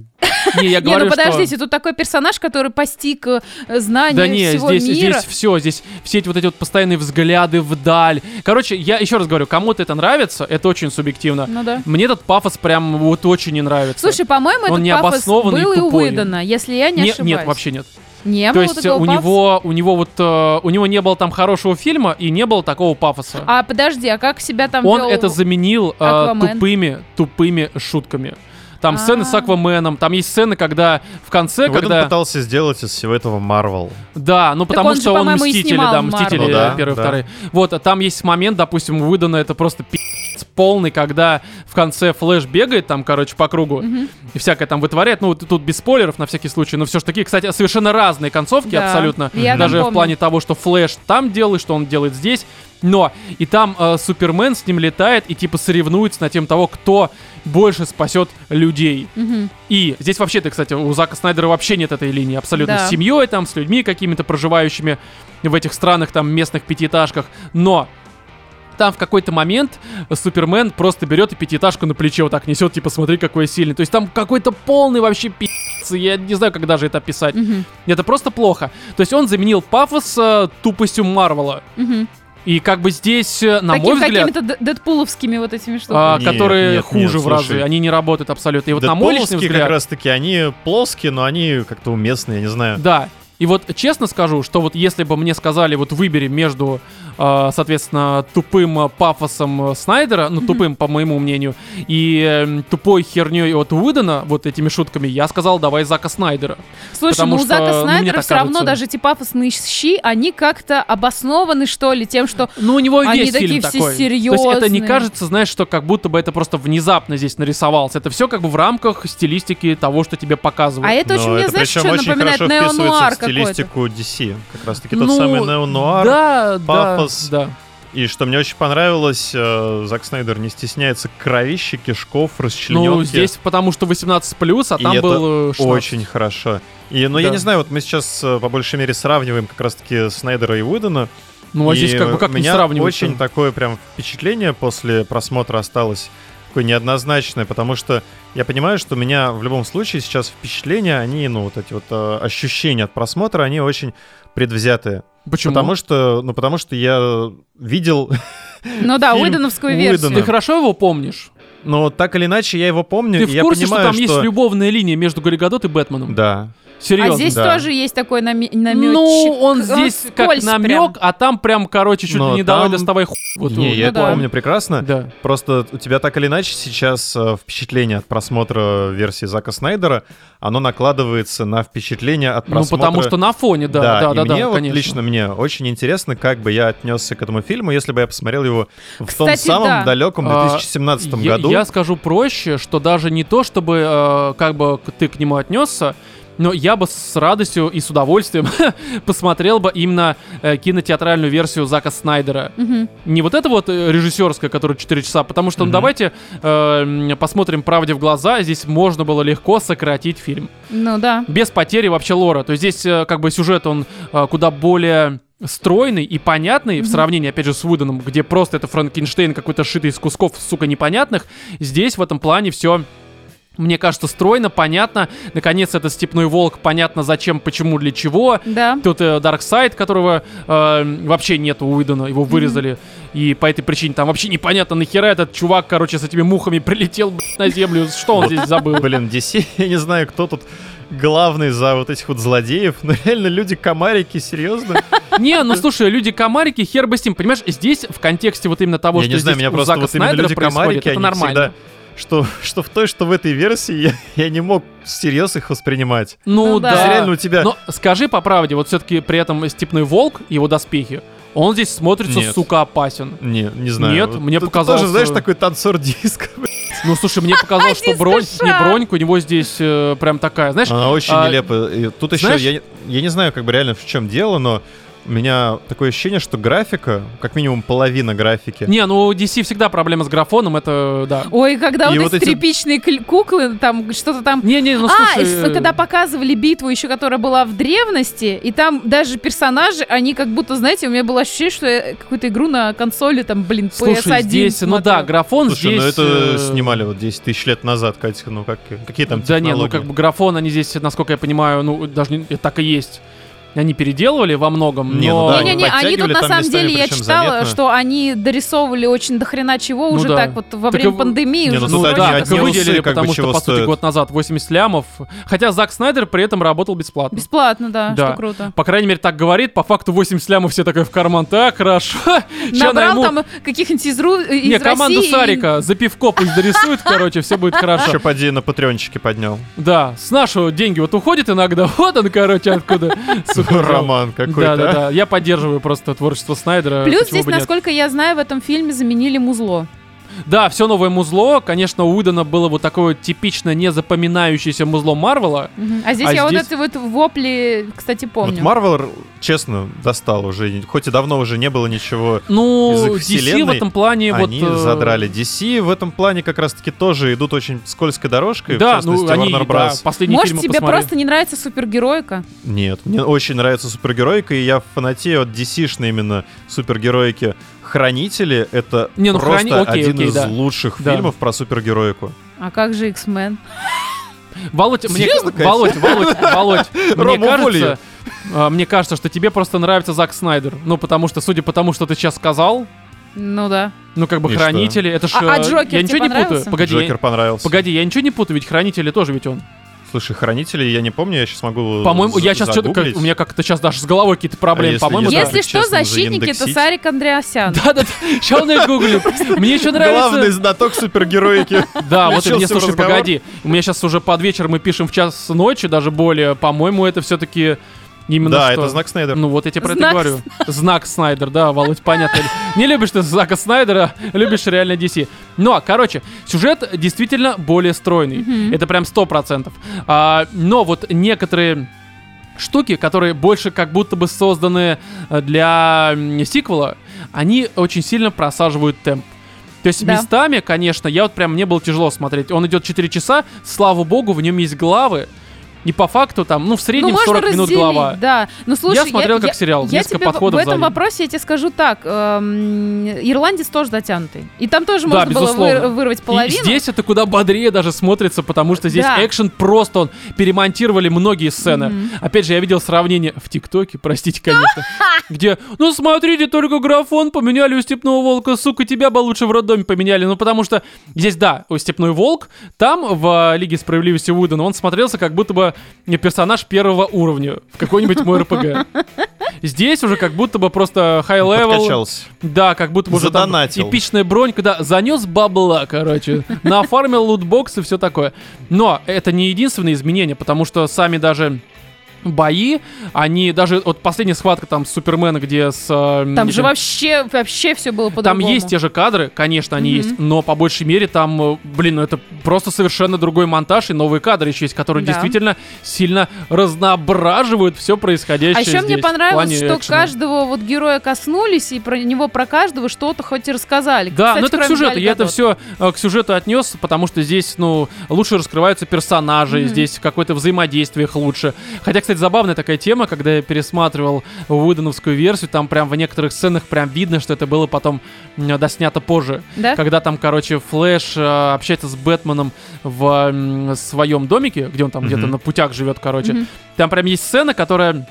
Не, я
Не,
говорю,
ну подождите,
что...
тут такой персонаж, который постиг э, знания
Да не,
всего
здесь,
мира.
здесь все, здесь все эти вот эти вот постоянные взгляды вдаль. Короче, я еще раз говорю, кому-то это нравится, это очень субъективно.
Ну да.
Мне этот пафос прям вот очень не нравится.
Слушай, по-моему,
Он
этот пафос был
необоснованный и
и у
тупой.
Уидона, если я не,
нет,
ошибаюсь.
нет, вообще нет.
Не
То
было
есть э,
такого
у
пафоса?
него, у него вот, э, у него не было там хорошего фильма и не было такого пафаса.
А подожди, а как себя там
Он
вел-
это заменил э,
Аквамен.
тупыми, тупыми шутками. Там сцены с
А.
Акваменом, там есть сцены, когда в конце,
Ну, Вот он
когда...
пытался сделать из всего этого Марвел.
Да, ну потому
он же,
что он
по-моему, и
мстители,
снимал
да,
в
мстители
«Марвел». Ну да,
первый,
да.
второй. Вот, а там есть момент, допустим, выдано это просто пи***ц полный, когда в конце Флэш бегает там, короче, по кругу и всякое там вытворяет. Ну, вот тут без спойлеров на всякий случай, но все же такие, кстати, совершенно разные концовки
Да,
абсолютно.
я там
Даже в
помню.
плане того, что Флэш там делает, что он делает здесь. Но и там э, Супермен с ним летает и типа соревнуется на тем того, кто больше спасет людей.
Мгм.
И здесь вообще-то, кстати, у Зака Снайдера вообще нет этой линии абсолютно.
Да.
С семьей, там, с людьми какими-то проживающими в этих странах, там, местных пятиэтажках. Но там в какой-то момент Супермен просто берет и пятиэтажку на плече вот так несет, типа, смотри, какой я сильный. То есть там какой-то полный вообще пи***ц, я не знаю, как даже это описать.
Мгм.
Это просто плохо. То есть он заменил пафос э, тупостью Марвела.
Мгм.
И как бы здесь, э, на
Таким
мой взгляд,
какими-то д- дэдпуловскими вот этими штуками.
а,
Нет,
которые
нет,
хуже
нет,
в разы,
слушай.
они не работают абсолютно. И вот на мой личный
Дэдпуловские
взгляд...
как раз-таки, они плоские, но они как-то уместные, я не знаю.
Да. И вот честно скажу, что вот если бы мне сказали, вот выбери между, э, соответственно, тупым э, пафосом э, Снайдера, ну, тупым, по моему мнению, и э, тупой херней от Уидона, вот этими шутками, я сказал, давай Зака Снайдера.
Слушай,
потому
ну у
что, ну,
Зака
мне
Снайдера
так
все равно
кажется.
даже эти пафосные щи, они как-то обоснованы, что ли, тем, что
Ну, у него и
Они
весь
такие
фильм
все
такой. То есть это не
серьезные.
кажется, знаешь, что как будто бы это просто внезапно здесь нарисовалось. Это все как бы в рамках стилистики того, что тебе показывают.
А это очень,
Но
мне,
Ну, это
знаешь,
причем
что
очень
напоминает
хорошо вписывается
неонуар
в
какой-то.
стилистику DC. Как раз-таки
Ну,
тот самый неонуар.
да, да,
пафос.
да.
И что мне очень понравилось, э, Зак Снайдер не стесняется кровищи, кишков, расчлененки.
Ну, здесь потому что 18+, а
И
там
это
был э, 16.
Очень хорошо. И, ну, я
Да.
не знаю, вот мы сейчас э, по большей мере сравниваем как раз-таки Снайдера и Уидона.
Ну, а здесь
И
как бы как
у
не
меня
сравнивать.
очень такое прям впечатление после просмотра осталось такое неоднозначное, потому что я понимаю, что у меня в любом случае сейчас впечатления, они, ну, вот эти вот э, ощущения от просмотра, они очень предвзятые.
Почему?
Потому что, ну, потому что я видел,
Ну да,
Фильм
Уидоновскую версию.
Ты
Уидона.
хорошо его помнишь?
но так или иначе я его помню,
Ты
и
в
я
курсе, что
понимаю,
там есть любовная линия между Гарри Гадот и Бэтменом?
Да.
Серьезно.
А здесь
да.
тоже есть такой наме- намечек.
Ну, он здесь как
скользь прям.
намек, а там прям, короче, чуть
Но
ли не
там-
давай доставай хуй. Вот
не,
вот,
я
ну
это
да.
помню прекрасно.
Да.
Просто у тебя так или иначе сейчас э, впечатление от просмотра версии Зака Снайдера, оно накладывается на впечатление от
Ну,
просмотра...
потому что на фоне, да, да,
и
да, да,
мне вот
конечно.
лично мне очень интересно, как бы я отнесся к этому фильму, если бы я посмотрел его в том
Кстати,
самом
да.
далеком
А,
2017
я,
году.
я скажу проще, что даже не то, чтобы э, как бы к- ты к нему отнесся, но я бы с радостью и с удовольствием посмотрел бы именно э, кинотеатральную версию Зака Снайдера.
Мгм.
Не вот это вот э, режиссерская, которая 4 часа, потому что ну,
Мгм.
давайте э, м, посмотрим правде в глаза. Здесь можно было легко сократить фильм.
Ну да.
Без потери вообще лора. То есть здесь э, как бы сюжет, он э, куда более стройный и понятный в сравнении, опять же, с Уидоном, где просто это Франкенштейн какой-то шитый из кусков, сука, непонятных. Здесь в этом плане все мне кажется, стройно, понятно. Наконец, это степной волк, понятно, зачем, почему, для чего.
Да.
Тут э, Дарксайд, которого э, вообще нет у Уидона, его вырезали. И по этой причине там вообще непонятно, нахера этот чувак, короче, с этими мухами прилетел блядь, на землю. Что он здесь забыл?
Блин, DC, я не знаю, кто тут главный за вот этих вот злодеев, но реально люди-комарики, серьезно?
Не, ну слушай, люди-комарики, хер бы с ним. Понимаешь, здесь, в контексте вот именно того,
я
что
не знаю,
А здесь
меня
у
просто
Зака
вот именно
Снайдера происходит,
люди-комарики,
это
они
нормально.
всегда... Что, что в той, что в этой версии, я, я не мог всерьез их воспринимать.
Ну
Ну да.
да.
А,
Реально у тебя...
Но скажи по правде, вот все-таки при этом Степной Волк, его доспехи, он здесь смотрится,
Нет.
сука, опасен.
Не, не знаю.
Нет,
Вот
мне
ты- ты
показалось,
тоже, знаешь,
э,
такой танцор диска. блин.
Ну, слушай, мне показалось, что
Диско
бронь, не
шар.
бронь, у него здесь э, прям такая, знаешь,
Она очень
а,
нелепо. И Тут еще,
знаешь-
я, не- я не знаю, как бы реально в чем дело, но у меня такое ощущение, что графика, как минимум половина графики,
Не, ну у DC всегда проблема с графоном, это да.
Ой, когда
И
вот,
вот
эти
эти-
тряпичные кл- куклы, там что-то там...
Не-не, ну
а,
слушай.
и с-
э,
когда показывали битву еще, которая была в древности, и там даже персонажи, они как будто, знаете, у меня было ощущение, что я э, какую-то игру на консоли, там, блин, PS1
Слушай, здесь, ну да,
смотрела.
графон
Слушай,
здесь...
ну
э,
это снимали вот 10 тысяч лет назад, Катя, ну как, какие там
Да не, ну
технологии?
как бы графон, они здесь, насколько я понимаю, ну даже не- так и есть. Они переделывали во многом,
Не, ну
но...
да,
Не-не-не,
они
они
подтягивали
тут на
там
самом
местами,
деле, я
причем
читала,
заметно.
что они дорисовывали очень дохрена чего
Ну
уже
да.
так вот во
Так
время
и в-
пандемии.
Не,
уже
ну тут
вроде
да,
они
так
как
одни
и
бы
усы
выделили,
как бы
потому что,
чего
по сути,
стоят.
год назад 80 лямов. Хотя Зак Снайдер при этом работал бесплатно.
Бесплатно, да,
Да.
что круто.
По крайней мере, так говорит. По факту 80 лямов все такое в карман. Так, хорошо. Ща
Набрал
найму-
там каких-нибудь из, Ру... из
Не, команду
России и-
Сарика за пивко пусть дорисует, короче, все будет
Еще
хорошо.
поди на патреончике поднял.
Да, с нашего деньги вот уходит иногда. Вот он, короче, откуда. Сухой зал.
Роман какой-то.
Да, да,
а?
да. Я поддерживаю просто творчество Снайдера.
Плюс
почему
здесь,
э, бы нет.
насколько я знаю, в этом фильме заменили музло.
Да, все новое музло. Конечно, у Уидона было вот такое вот типично незапоминающееся музло Марвела.
Мгм. А здесь
А
я
здесь-
вот эти вот вопли, кстати,
Вот
помню.
Марвел, честно, достал уже. Хоть и давно уже не было ничего. Из
Ну, DC
их
в
вселенной
этом плане вот...
Они
э,
задрали. DC в этом плане как раз-таки тоже идут очень скользкой дорожкой.
Да,
в
ну
частности,
они,
Warner
да,
Bros.
последние
Может,
фильмы
тебе
посмотри.
просто не нравится супергероика?
Нет, мне очень нравится супергероика, и я фанатею от DC-шной именно супергероики. Хранители — это
Не, ну,
просто
храни- окей,
один
окей,
из
да.
лучших
Да.
фильмов про супергероику.
А как же X-Men?
Володь, мне...
Серьезно, Катя?
Володь, Володь, Володь, мне
Рома, уволь
кажется... а, Мне кажется, что тебе просто нравится Зак Снайдер. Ну, потому что, судя по тому, что ты сейчас сказал,
Ну да.
ну, как бы
И что?
хранители, это же...
А- а Джокер
Я
тебе
ничего не путаю.
понравился?
Погоди,
Джокер
я-
понравился.
погоди, я ничего не путаю, ведь хранители тоже ведь он.
Слушай, хранители, я не помню, я сейчас могу.
По-моему,
Ну, за-
я сейчас что-то...
загуглить.
У меня как-то сейчас даже с головой какие-то проблемы.
А если
По-моему,
я
да.
так
Если что,
честно,
защитники это
заиндексить.
Сарик Андреасян. Ну,
Да, да, сейчас он их гуглит. Мне еще
Главный
нравится.
знаток супергероики.
Да, вот и мне,
Включился в
слушай,
разговор.
погоди. У меня сейчас уже под вечер мы пишем в час ночи, даже более. По-моему, это все-таки именно
Да,
что.
это знак Снайдера.
Ну вот я тебе про это
Знак
говорю. Знак Снайдер, да, Володь, понятно. Не любишь ты Зака Снайдера, любишь реально DC. Но, а, короче, сюжет действительно более стройный.
Мгм.
Это прям 100%. А, но вот некоторые штуки, которые больше как будто бы созданы э, для м, сиквела, они очень сильно просаживают темп. То есть
Да.
местами, конечно, я вот прям мне было тяжело смотреть. Он идет 4 часа, слава богу, в нем есть главы. И по факту там, ну, в среднем 40 минут глава.
да. Ну, слушай,
смотрел как сериал,
я
несколько
тебе в-
подходов
В этом
за день.
вопросе я тебе скажу так. эм, Ирландец тоже дотянутый. И там тоже
Да,
можно было
безусловно.
выр- вырвать
И
половину.
здесь это куда бодрее даже смотрится, потому что здесь
Да.
экшен просто он перемонтировали многие сцены.
Мгм.
Опять же, я видел сравнение в ТикТоке, простите, конечно, где, ну смотрите, только графон поменяли у Степного Волка, сука, тебя бы лучше в роддоме поменяли. Ну потому что здесь, да, у Степной Волк, там в э, Лиге Справедливости Уидона он смотрелся как будто бы персонаж первого уровня в какой-нибудь мой РПГ. Здесь уже как будто бы просто high-level,
Подкачался.
да, как будто бы уже там
Задонатил.
эпичная бронь, когда занес бабла, короче, нафармил лутбокс и все такое. Но это не единственное изменение, потому что сами даже бои, они даже вот последняя схватка там с Супермена, где с... э,
Там
этим-
же вообще, вообще все было
там
по-другому.
есть те же кадры, конечно, они
Мгм.
есть, но по большей мере там, э, блин, ну это просто совершенно другой монтаж и новые кадры еще есть, которые
Да.
действительно сильно разноображивают все происходящее
А еще мне
здесь, в
понравилось,
плане
что
экшена.
каждого вот героя коснулись, и про него про каждого что-то хоть и рассказали.
Да,
Кстати,
ну это к
кроме
сюжету.
Галь
Я это
Гадот.
все к сюжету отнес, потому что здесь, ну, лучше раскрываются персонажи,
Мгм.
здесь какое-то взаимодействие их лучше. Хотя, кстати, забавная такая тема, когда я пересматривал Уидоновскую версию, там прям в некоторых сценах прям видно, что это было потом м, доснято позже.
Да?
Когда там, короче, Флэш э, общается с Бэтменом в м, своем домике, где он там
Мгм.
где-то на путях живет, короче.
Мгм.
Там прям есть сцена, которая...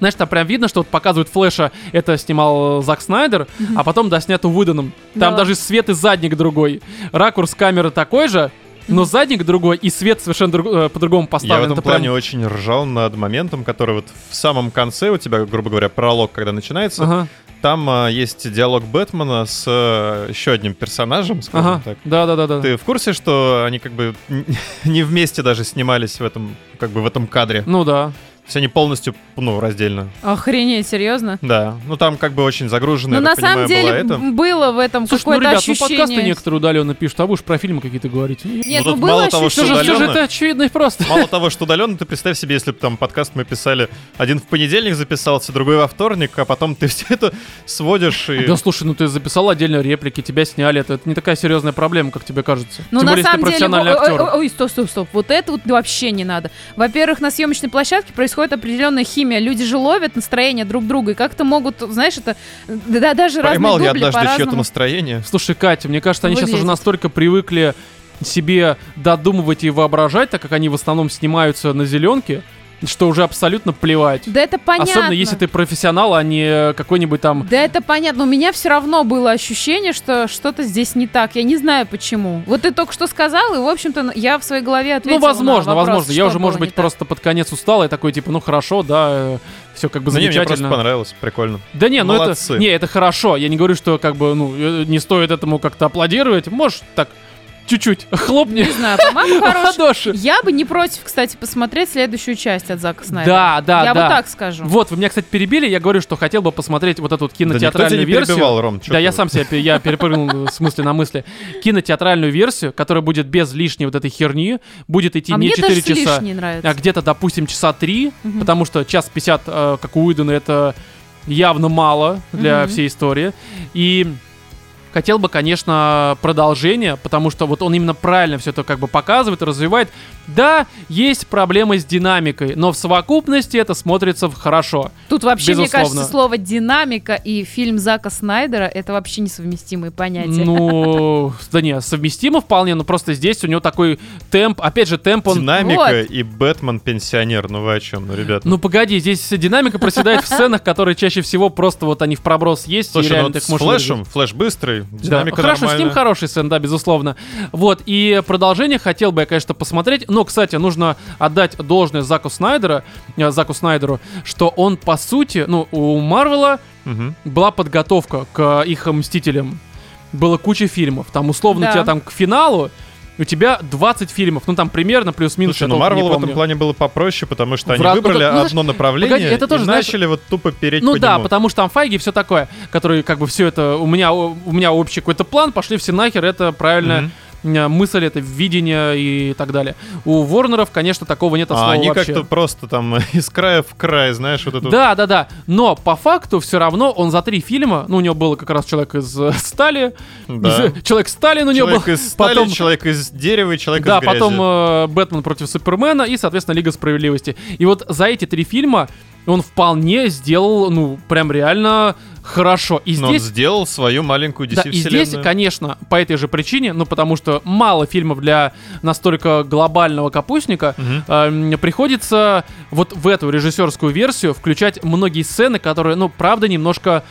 Знаешь, там прям видно, что вот показывают Флэша, это снимал э, Зак Снайдер, а потом доснято Уидоном. Там
Да.
даже свет и задник другой. Ракурс камеры такой же, но
Мгм.
задник другой и свет совершенно друг- э, по-другому поставлен.
Я в этом
Это прям-
плане очень ржал над моментом, который вот в самом конце у тебя, грубо говоря, пролог, когда начинается,
Ага,
там а, есть диалог Бэтмена с а, еще одним персонажем, скажем
ага,
так.
да-да-да.
Ты в курсе, что они как бы н- не вместе даже снимались в этом, как бы в этом кадре?
Ну да.
То есть они полностью, ну, раздельно.
Охренеть, серьезно?
Да. Ну там как бы очень загруженная,
Ну,
я
на
так
самом
понимаю,
деле
была это.
м, было в этом
Слушай, ну,
какое-то
ребят, ну, подкасты
ощущение.
некоторые удаленно пишут, а вы уж про фильмы какие-то говорите. Нет,
Нет,
Ну,
ну
тут
было
мало того,
все
ощущение.
же, все же
удаленно?
это очевидно и просто.
Мало того, что удаленно, ты представь себе, если бы там подкаст мы писали один в понедельник записался, другой во вторник, а потом ты все это сводишь и...
Да слушай, ну ты записал отдельно реплики, тебя сняли, это, это не такая серьезная проблема, как тебе кажется.
Ну,
Тем
на
более, если ты
самом деле...
профессиональный
о- о-
актер.
о- Ой, стоп, стоп, стоп. Вот это вот вообще не надо. Во-первых, на съемочной площадке происходит определенная химия. Люди же ловят настроение друг друга и как-то могут, знаешь, это... э, Да, даже
Поймал
разные
я
дубли
однажды чье-то
по-разному.
настроение.
Слушай, Катя, мне кажется, они сейчас
Вылезет.
уже настолько привыкли себе додумывать и воображать, так как они в основном снимаются на зеленке, что уже абсолютно плевать.
Да это понятно.
Особенно если ты профессионал, а не какой-нибудь там...
Да это понятно, у меня все равно было ощущение, что что-то здесь не так. Я не знаю почему. Вот ты только что сказал, и, в общем-то, я в своей голове ответила
Ну, возможно,
на вопрос,
возможно. Я
что
уже, может
было
быть,
не так.
просто под конец устал, и такой, типа, ну хорошо, да, все как бы
Ну, не, мне просто
замечательно.
понравилось, прикольно.
Да не, ну это,
Молодцы.
не, это хорошо. Я не говорю, что как бы ну э, не стоит этому как-то аплодировать. Можешь так чуть-чуть хлопни
Не знаю, по-моему,
в
хорош.
ладоши.
Я бы не против, кстати, посмотреть следующую часть от Зака Снайдера.
Да, да,
Я
да.
вот так скажу.
Вот, вы меня, кстати, перебили. Я говорю, что хотел бы посмотреть вот эту вот
Да никто тебя
кинотеатральную
не
версию.
перебивал, Ром. чё
да, я
ты.
сам себя пе- я перепрыгнул с мысли на мысли. Кинотеатральную версию, которая будет без лишней вот этой херни, будет идти
а
не
мне
4
даже с
часа,
лишней нравится.
а где-то, допустим, часа 3,
Э, Мгм.
потому что час 50, э, как у Уидона, это явно мало для
Мгм.
всей истории. И хотел бы, конечно, продолжение, потому что вот он именно правильно все это как бы показывает, и развивает. Да, есть проблемы с динамикой, но в совокупности это смотрится в- хорошо.
Тут вообще,
безусловно.
мне кажется, слово «динамика» и фильм Зака Снайдера — это вообще несовместимые понятия.
Ну, да не, совместимо вполне, но просто здесь у него такой темп, опять же, темп он...
Динамика
Вот.
и Бэтмен пенсионер. Ну вы о чем, ну, ребят?
Ну погоди, здесь динамика проседает в сценах, которые чаще всего просто вот они в проброс есть. и
Слушай,
реально
ну вот
так
с
можно
флешем, флэш быстрый,
Да.
динамика
Хорошо, с ним
нормальная.
хороший сын, да, безусловно. Вот, и продолжение хотел бы я, конечно, посмотреть. Но, кстати, нужно отдать должное Заку Снайдера, э, Заку Снайдеру, что он, по сути, ну, у Марвела
Мгм.
была подготовка к э, их «Мстителям». Было куча фильмов. Там, условно,
Да.
у тебя там к финалу у тебя 20 фильмов. Ну, там примерно плюс-минус. я
Слушай, ну
толком не
Марвел в этом
помню.
плане было попроще, потому
В
что они
раз- ну,
выбрали
так, ну,
одно направление
погоди, это тоже,
и
знаешь,
начали вот тупо переть
Ну
по
да,
нему.
потому что там Файги и все такое, которые как бы все это у меня у меня общий какой-то план, пошли все нахер, это правильная э, мысль, это видение и так далее. У Ворнеров, конечно, такого нет от
А
слова
они
вообще.
как-то просто там из края в край, знаешь, вот это вот.
Да, да, да. Но по факту все равно он за три фильма, ну у него было как раз человек из э, стали,
Да.
из- э, человек Сталин у него
Человек
был,
из стали,
потом-
человек из дерева, и человек
да,
из грязи.
потом э, Бэтмен против Супермена и, соответственно, Лига справедливости. И вот за эти три фильма он вполне сделал, ну прям реально хорошо. И
Но он
здесь
сделал свою маленькую DC
Да, и здесь,
вселенную.
конечно, по этой же причине, ну потому что мало фильмов для настолько глобального капустника,
Мгм.
э, м, приходится вот в эту режиссерскую версию включать многие сцены, которые, ну, правда, немножко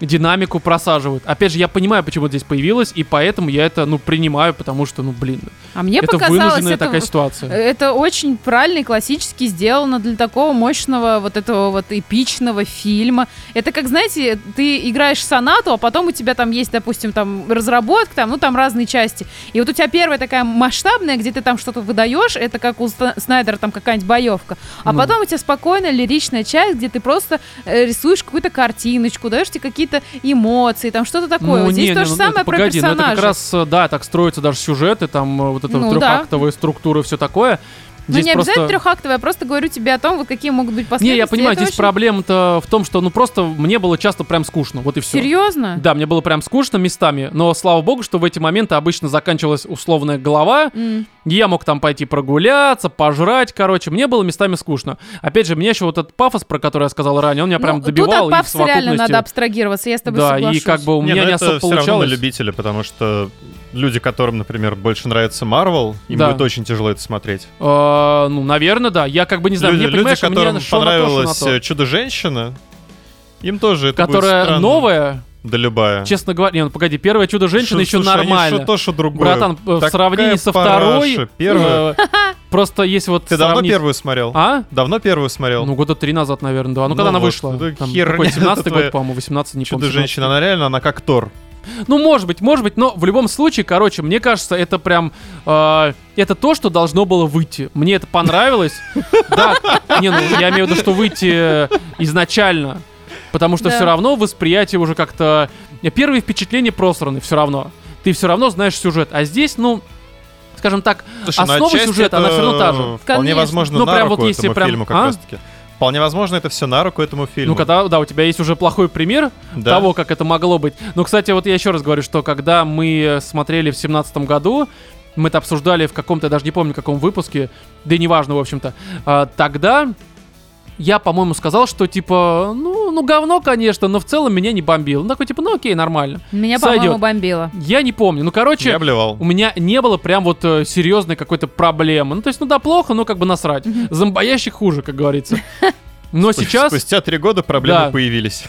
динамику просаживают. Опять же, я понимаю, почему это здесь появилось, и поэтому я это, ну, принимаю, потому что, ну, блин,
а мне
это
показалось,
вынужденная
это, э,
такая ситуация.
это очень правильно и классически сделано для такого мощного, вот этого вот эпичного фильма. Это как, знаете, ты играешь сонату, а потом у тебя там есть, допустим, там разработка, там, ну, там разные части. И вот у тебя первая такая масштабная, где ты там что-то выдаешь, это как у Ста- Снайдера там какая-нибудь боевка. А
Ну.
потом у тебя спокойная лиричная часть, где ты просто э, рисуешь какую-то картиночку, даешь тебе какие-то эмоции, там что-то такое. вот здесь
не,
то
не,
же
ну,
самое
это
про
погоди, ну,
персонажей.
это как раз, э, да, так строятся даже сюжеты, там э, вот эта
Ну, да.
трехактовая структура и все такое.
Ну,
Здесь
не
просто-
обязательно трехактовая, я просто говорю тебе о том, вот какие могут быть последствия.
Не, я понимаю,
Это
здесь
очень
проблема-то в том, что ну просто мне было часто прям скучно, вот и все.
Серьезно?
Да, мне было прям скучно местами, но слава богу, что в эти моменты обычно заканчивалась условная голова,
М.
и я мог там пойти прогуляться, пожрать, короче, мне было местами скучно. Опять же, мне еще вот этот пафос, про который я сказал ранее, он меня прям
Ну,
добивал.
Тут от пафса
и в
реально надо
совокупности-
абстрагироваться, я с тобой
Да, и
соглашусь.
как бы у меня
ну
не,
это
особо
всё равно на
получалось.
любителя, потому что люди, которым, например, больше нравится Марвел, им
Да.
будет очень тяжело это смотреть.
Э, ну, наверное, да. Я как бы не знаю,
люди,
мне
люди,
понимаешь,
которым
мне шло на то, что на
понравилось
то.
э, Чудо-женщина, им тоже это будет
которая
странно.
новая,
Да любая.
честно говоря, не, ну погоди, первое чудо женщины еще
Слушай, они
нормально.
что то, что другое.
Братан, э, в
Такая
сравнении со
параша.
второй...
Первая.
э, Просто есть вот
Ты давно
сравнить-
первую смотрел?
А?
Давно первую смотрел?
Ну, года три назад, наверное, да. Ну,
Ну
когда она
вот,
вышла?
ну,
Там
херня
какой, 17-й
твоя.
год, по-моему, 18 не помню.
Чудо-женщина,
17-й.
она реально, она как Тор.
Ну, может быть, может быть, но в любом случае, короче, мне кажется, это прям... э, это то, что должно было выйти. Мне это понравилось. Да, не, ну, я имею в виду, что выйти э, изначально. Потому что
Да.
все равно восприятие уже как-то... Первые впечатления просраны все равно. Ты все равно знаешь сюжет. А здесь, ну, скажем так,
Слушай, ну,
основа
отчасти
А сюжета, она
это
всё равно та же.
Вполне
Конечно.
возможно,
Ну,
на
прям
руку
вот если
этому
прям-
фильму как
а?
раз таки. Вполне возможно, это все на руку этому фильму.
ну, когда, да, у тебя есть уже плохой пример,
Да.
того, как это могло быть. Но, кстати, вот я еще раз говорю, что когда мы смотрели в семнадцатом году, мы это обсуждали в каком-то, я даже не помню, каком выпуске, да и неважно, в общем-то, а, тогда я, по-моему, сказал, что типа, ну, ну, говно, конечно, но в целом меня не бомбило. Ну, такой, типа, ну окей, нормально.
Меня,
Сойдет.
по-моему, бомбило.
Я не помню. Ну, короче,
Я блевал.
у меня не было прям вот э, серьезной какой-то проблемы. Ну, то есть, ну да, плохо, но как бы насрать. Зомбоящих хуже, как говорится. Но
Спу-
сейчас...
Спустя три года проблемы
Да.
появились.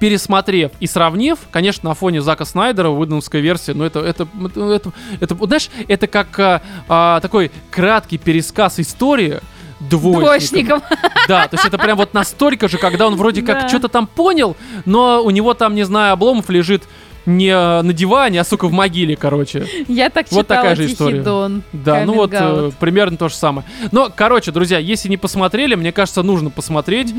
пересмотрев и сравнив, конечно, на фоне Зака Снайдера, уидоновской версии, но это, это, это, это, это, вот знаешь, это как а, а, такой краткий пересказ истории двоечника.
Двоечником.
Да, то есть это прям вот настолько же, когда он вроде как
Да.
что-то там понял, но у него там, не знаю, обломов лежит не э, на диване, а, сука, в могиле, короче.
Я так
Вот такая
читала
же история.
«Тихий Дон».
Да, ну вот
Каминг-аут.
э, примерно то же самое. Но, короче, друзья, если не посмотрели, мне кажется, нужно посмотреть.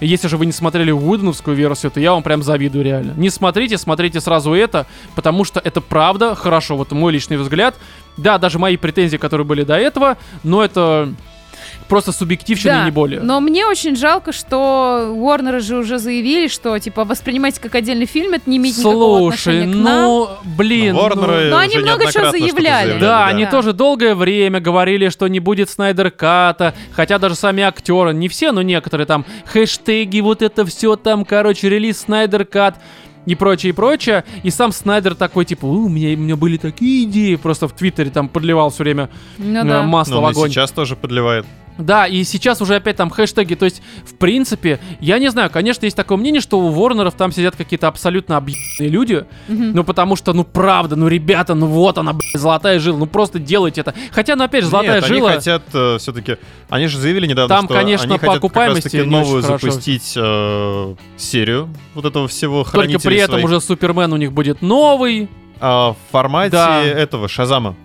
Если же вы не смотрели Вуденовскую версию, то я вам прям завидую реально. Не смотрите, смотрите сразу это, потому что это правда хорошо. Вот мой личный взгляд. Да, даже мои претензии, которые были до этого, но это просто субъективщина
Да,
и не более.
Но мне очень жалко, что Уорнеры же уже заявили, что типа воспринимайте как отдельный фильм, это не имеет никакого
Слушай,
отношения к нам.
ну, блин. ну,
Ворнеры
ну они
уже
много
неоднократно
чего
что-то Ну,
заявляли.
Да,
Да.
они тоже долгое время говорили, что не будет Снайдер Ката, хотя даже сами актеры, не все, но некоторые там хэштеги, вот это все там, короче, релиз Снайдер Кат и прочее, и прочее. И сам Снайдер такой, типа, «У, у меня, у меня были такие идеи, просто в Твиттере там подливал все время э,
Ну да.
масло
Но
в
он и
огонь.
сейчас тоже подливает.
Да, и сейчас уже опять там хэштеги. То есть, в принципе, я не знаю, конечно, есть такое мнение, что у Ворнеров там сидят какие-то абсолютно объебанные люди.
Мгм.
Ну, потому что, ну, правда, ну, ребята, ну, вот она, блядь, золотая жила. Ну, просто делайте это. Хотя, ну, опять же, золотая
Нет,
жила...
они хотят все-таки... Они же заявили недавно,
Там,
что
конечно,
они
по
хотят как
окупаемости
раз-таки
не очень
новую
хорошо.
запустить э, серию вот этого всего
Только при
«Хранителей
этом
своих».
уже Супермен у них будет новый.
А, в формате
Да.
этого Шазама.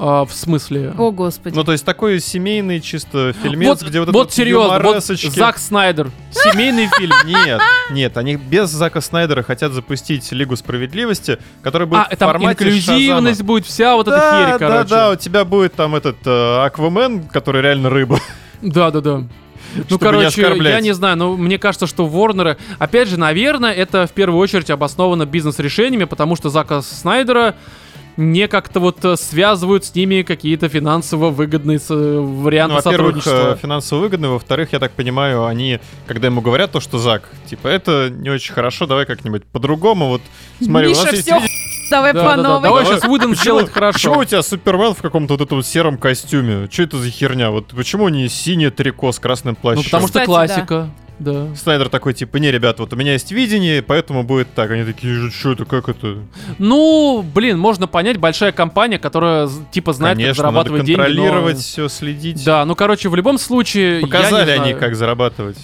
А, в смысле...
О, Господи.
Ну, то есть такой семейный чисто фильмец,
вот,
где вот,
вот
этот
серьезно, вот
юморесочки.
Зак Снайдер. Семейный фильм.
Нет, нет, они без Зака Снайдера хотят запустить Лигу Справедливости, которая будет
А,
в
там
формате
инклюзивность
Шазама.
будет, вся вот эта
да,
херь,
да,
короче.
да, у тебя будет там этот э, Аквамен, который реально рыба.
Да, да, да. Ну,
Чтобы не
короче,
оскорблять.
я не знаю, но мне кажется, что Ворнеры, опять же, наверное, это в первую очередь обосновано бизнес-решениями, потому что Зака Снайдера не как-то вот э, связывают с ними какие-то финансово выгодные с- э, варианты
Ну, во-первых, э,
сотрудничества.
финансово выгодно, во-вторых, я так понимаю, они, когда ему говорят то, что Зак, типа, это не очень хорошо, давай как-нибудь по-другому, вот, смотри, у
Миша,
нас есть...
все,
видео-
давай
Да,
по
да, да.
новой.
Давай
Давай.
сейчас Уидон сделает
э, Почему у
хорошо.
тебя Супермен в каком-то вот этом сером костюме? Что это за херня? Вот почему не синее трико с красным плащом?
Ну, потому что
Кстати,
классика. Да.
Снайдер такой, типа, не, ребят, вот у меня есть видение, поэтому будет так. Они такие, что это, как это?
Ну, блин, можно понять, большая компания, которая з- типа знает,
Конечно,
как
надо
зарабатывать деньги. но-
контролировать все, следить.
Да, ну короче, в любом случае. я не
Показали они,
знаю.
как зарабатывать.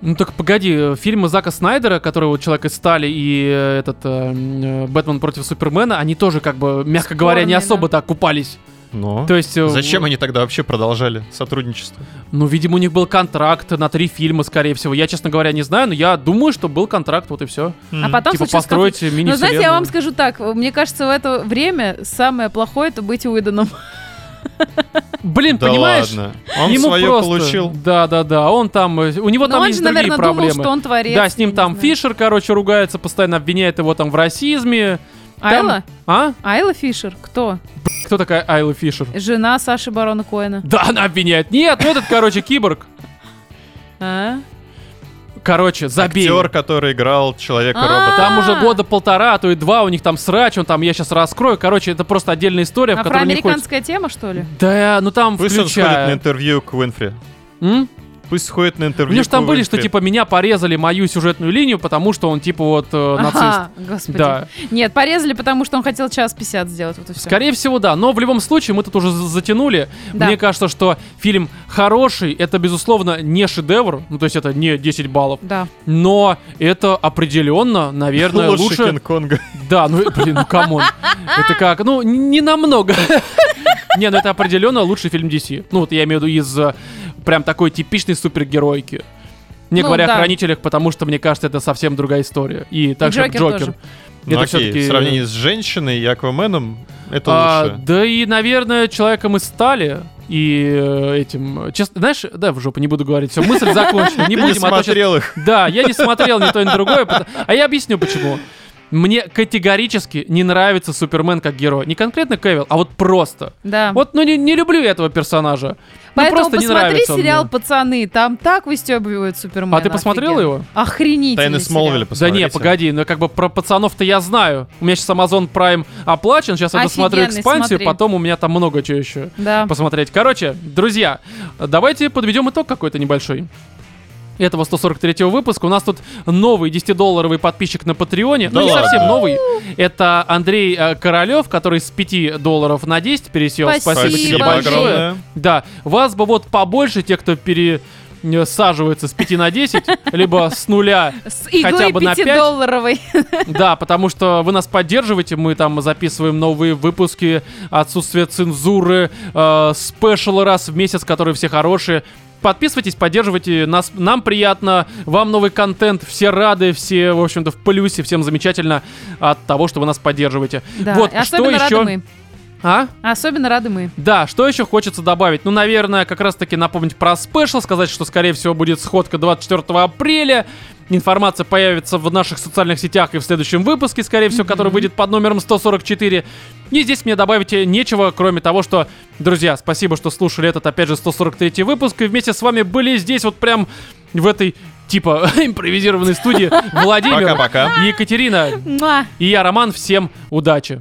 Ну так погоди, э, фильмы Зака Снайдера, которые вот Человек из стали и э, этот э, м, э, Бэтмен против Супермена, они тоже как бы, мягко говоря, не
Спорные,
особо так купались.
Но...
То есть... э,
Зачем они тогда вообще продолжали сотрудничество?
Ну, видимо, у них был контракт на три фильма, скорее всего. Я, честно говоря, не знаю, но я думаю, что был контракт, вот и все.
А потом
Типа
случился
построить мини
Ну, знаете, я вам скажу так, мне кажется, в это время самое плохое это быть Уидоном.
Блин,
Да
понимаешь?
ладно. Он
Ему
свое
просто...
получил.
Да, да, да. Он там, э, у него
Но
там
он
есть
же,
другие
Ну, наверное,
проблемы.
думал, что он творец.
да, с ним
я
там
не знаю.
Фишер, короче, ругается, постоянно обвиняет его там в расизме. Там-
Айла?
А?
Айла Фишер? Кто?
Кто такая Айла Фишер?
Жена Саши Барона Коэна.
Да, она обвиняет. Нет, ну этот, короче, киборг.
А?
Короче, забей.
Актер, который играл Человека-робота.
А,
Там уже
А.
года полтора, а то и два, у них там срач, он там, я сейчас раскрою. Короче, это просто отдельная история,
А
в которой не хочется.
Афроамериканская тема, что ли?
Да, ну там
Пусть он сходит на
включая...
интервью к Уинфри.
М?
Пусть сходит на
У
интервью.
меня же там
к
были, что
Уинфри.
типа меня порезали мою сюжетную линию, потому что он типа вот э, нацист.
Ага, господи.
Да.
Нет, порезали, потому что он хотел час 50 сделать. Вот и все.
Скорее всего, да. Но в любом случае, мы тут уже за- затянули.
Да.
Мне кажется, что фильм хороший, это, безусловно, не шедевр. Ну, то есть это не 10 баллов.
Да.
Но это определенно, наверное,
лучше,
лучше.
Кинг-Конга.
Да, ну, блин, ну, камон. Это как? Ну, не намного. Не, ну это определенно лучший фильм DC. Ну, вот я имею в виду из э, прям такой типичной супергеройки. Не
Ну,
говоря
да.
о хранителях, потому что, мне кажется, это совсем другая история. И так же, как
Джокер
Джокер.
тоже.
Ну,
Это
окей,
всё-таки-
в сравнении с женщиной и Акваменом это
А,
лучше.
да и, наверное, человеком и стали. И э, этим... э, Честно, знаешь, да, в жопу не буду говорить. Все, мысль закончена. Не
Ты не
будем, а то щас-
смотрел их.
Да, я не смотрел ни то, ни другое. пот- А я объясню, почему. Мне категорически не нравится Супермен как герой. Не конкретно Кевилл, а вот просто.
Да.
Вот, ну, не, не люблю я этого персонажа. Ну,
Поэтому
просто не
посмотри
нравится он
сериал
мне.
Пацаны. Там так выстебывают Супермена.
А ты посмотрела
офигенно.
его?
Охренительный
Тайны
сериал.
Смолвиля
Да
посмотрите.
не, погоди, ну как бы про пацанов-то я знаю. У меня сейчас Amazon Prime оплачен, сейчас я досмотрю
Офигенный,
экспансию,
смотри.
потом у меня там много чего еще
Да.
посмотреть. Короче, друзья, давайте подведем итог какой-то небольшой. Этого 143-го выпуска. У нас тут новый 10-долларовый подписчик на Патреоне.
Да
ну, не
ладно?
совсем новый. Это Андрей э, Королёв, который с 5 долларов на 10 пересел.
Спасибо
тебе
большое.
Да, вас бы вот побольше, те, кто пересаживается с 5 на 10, либо с нуля
С иглой
Хотя бы на пять.
пятидолларовой.
да, потому что вы нас поддерживаете, мы там записываем новые выпуски, отсутствие цензуры, э, спешалы раз в месяц, которые все хорошие. Подписывайтесь, поддерживайте нас, нам приятно, вам новый контент, все рады, все, в общем-то, в плюсе, всем замечательно от того, что вы нас поддерживаете.
Да.
вот,
и
что
особенно
еще?
рады мы.
А?
Особенно рады мы.
Да, что еще хочется добавить? Ну, наверное, как раз-таки напомнить про спешл, сказать, что, скорее всего, будет сходка 24 апреля. Информация появится в наших социальных сетях и в следующем выпуске, скорее всего, который выйдет под номером 144. И здесь мне добавить э, нечего, кроме того, что, друзья, спасибо, что слушали этот, опять же, 143 выпуск. И вместе с вами были здесь вот прям в этой, типа, импровизированной студии Владимир,
Пока-пока.
Екатерина
Муа.
и я, Роман. Всем удачи!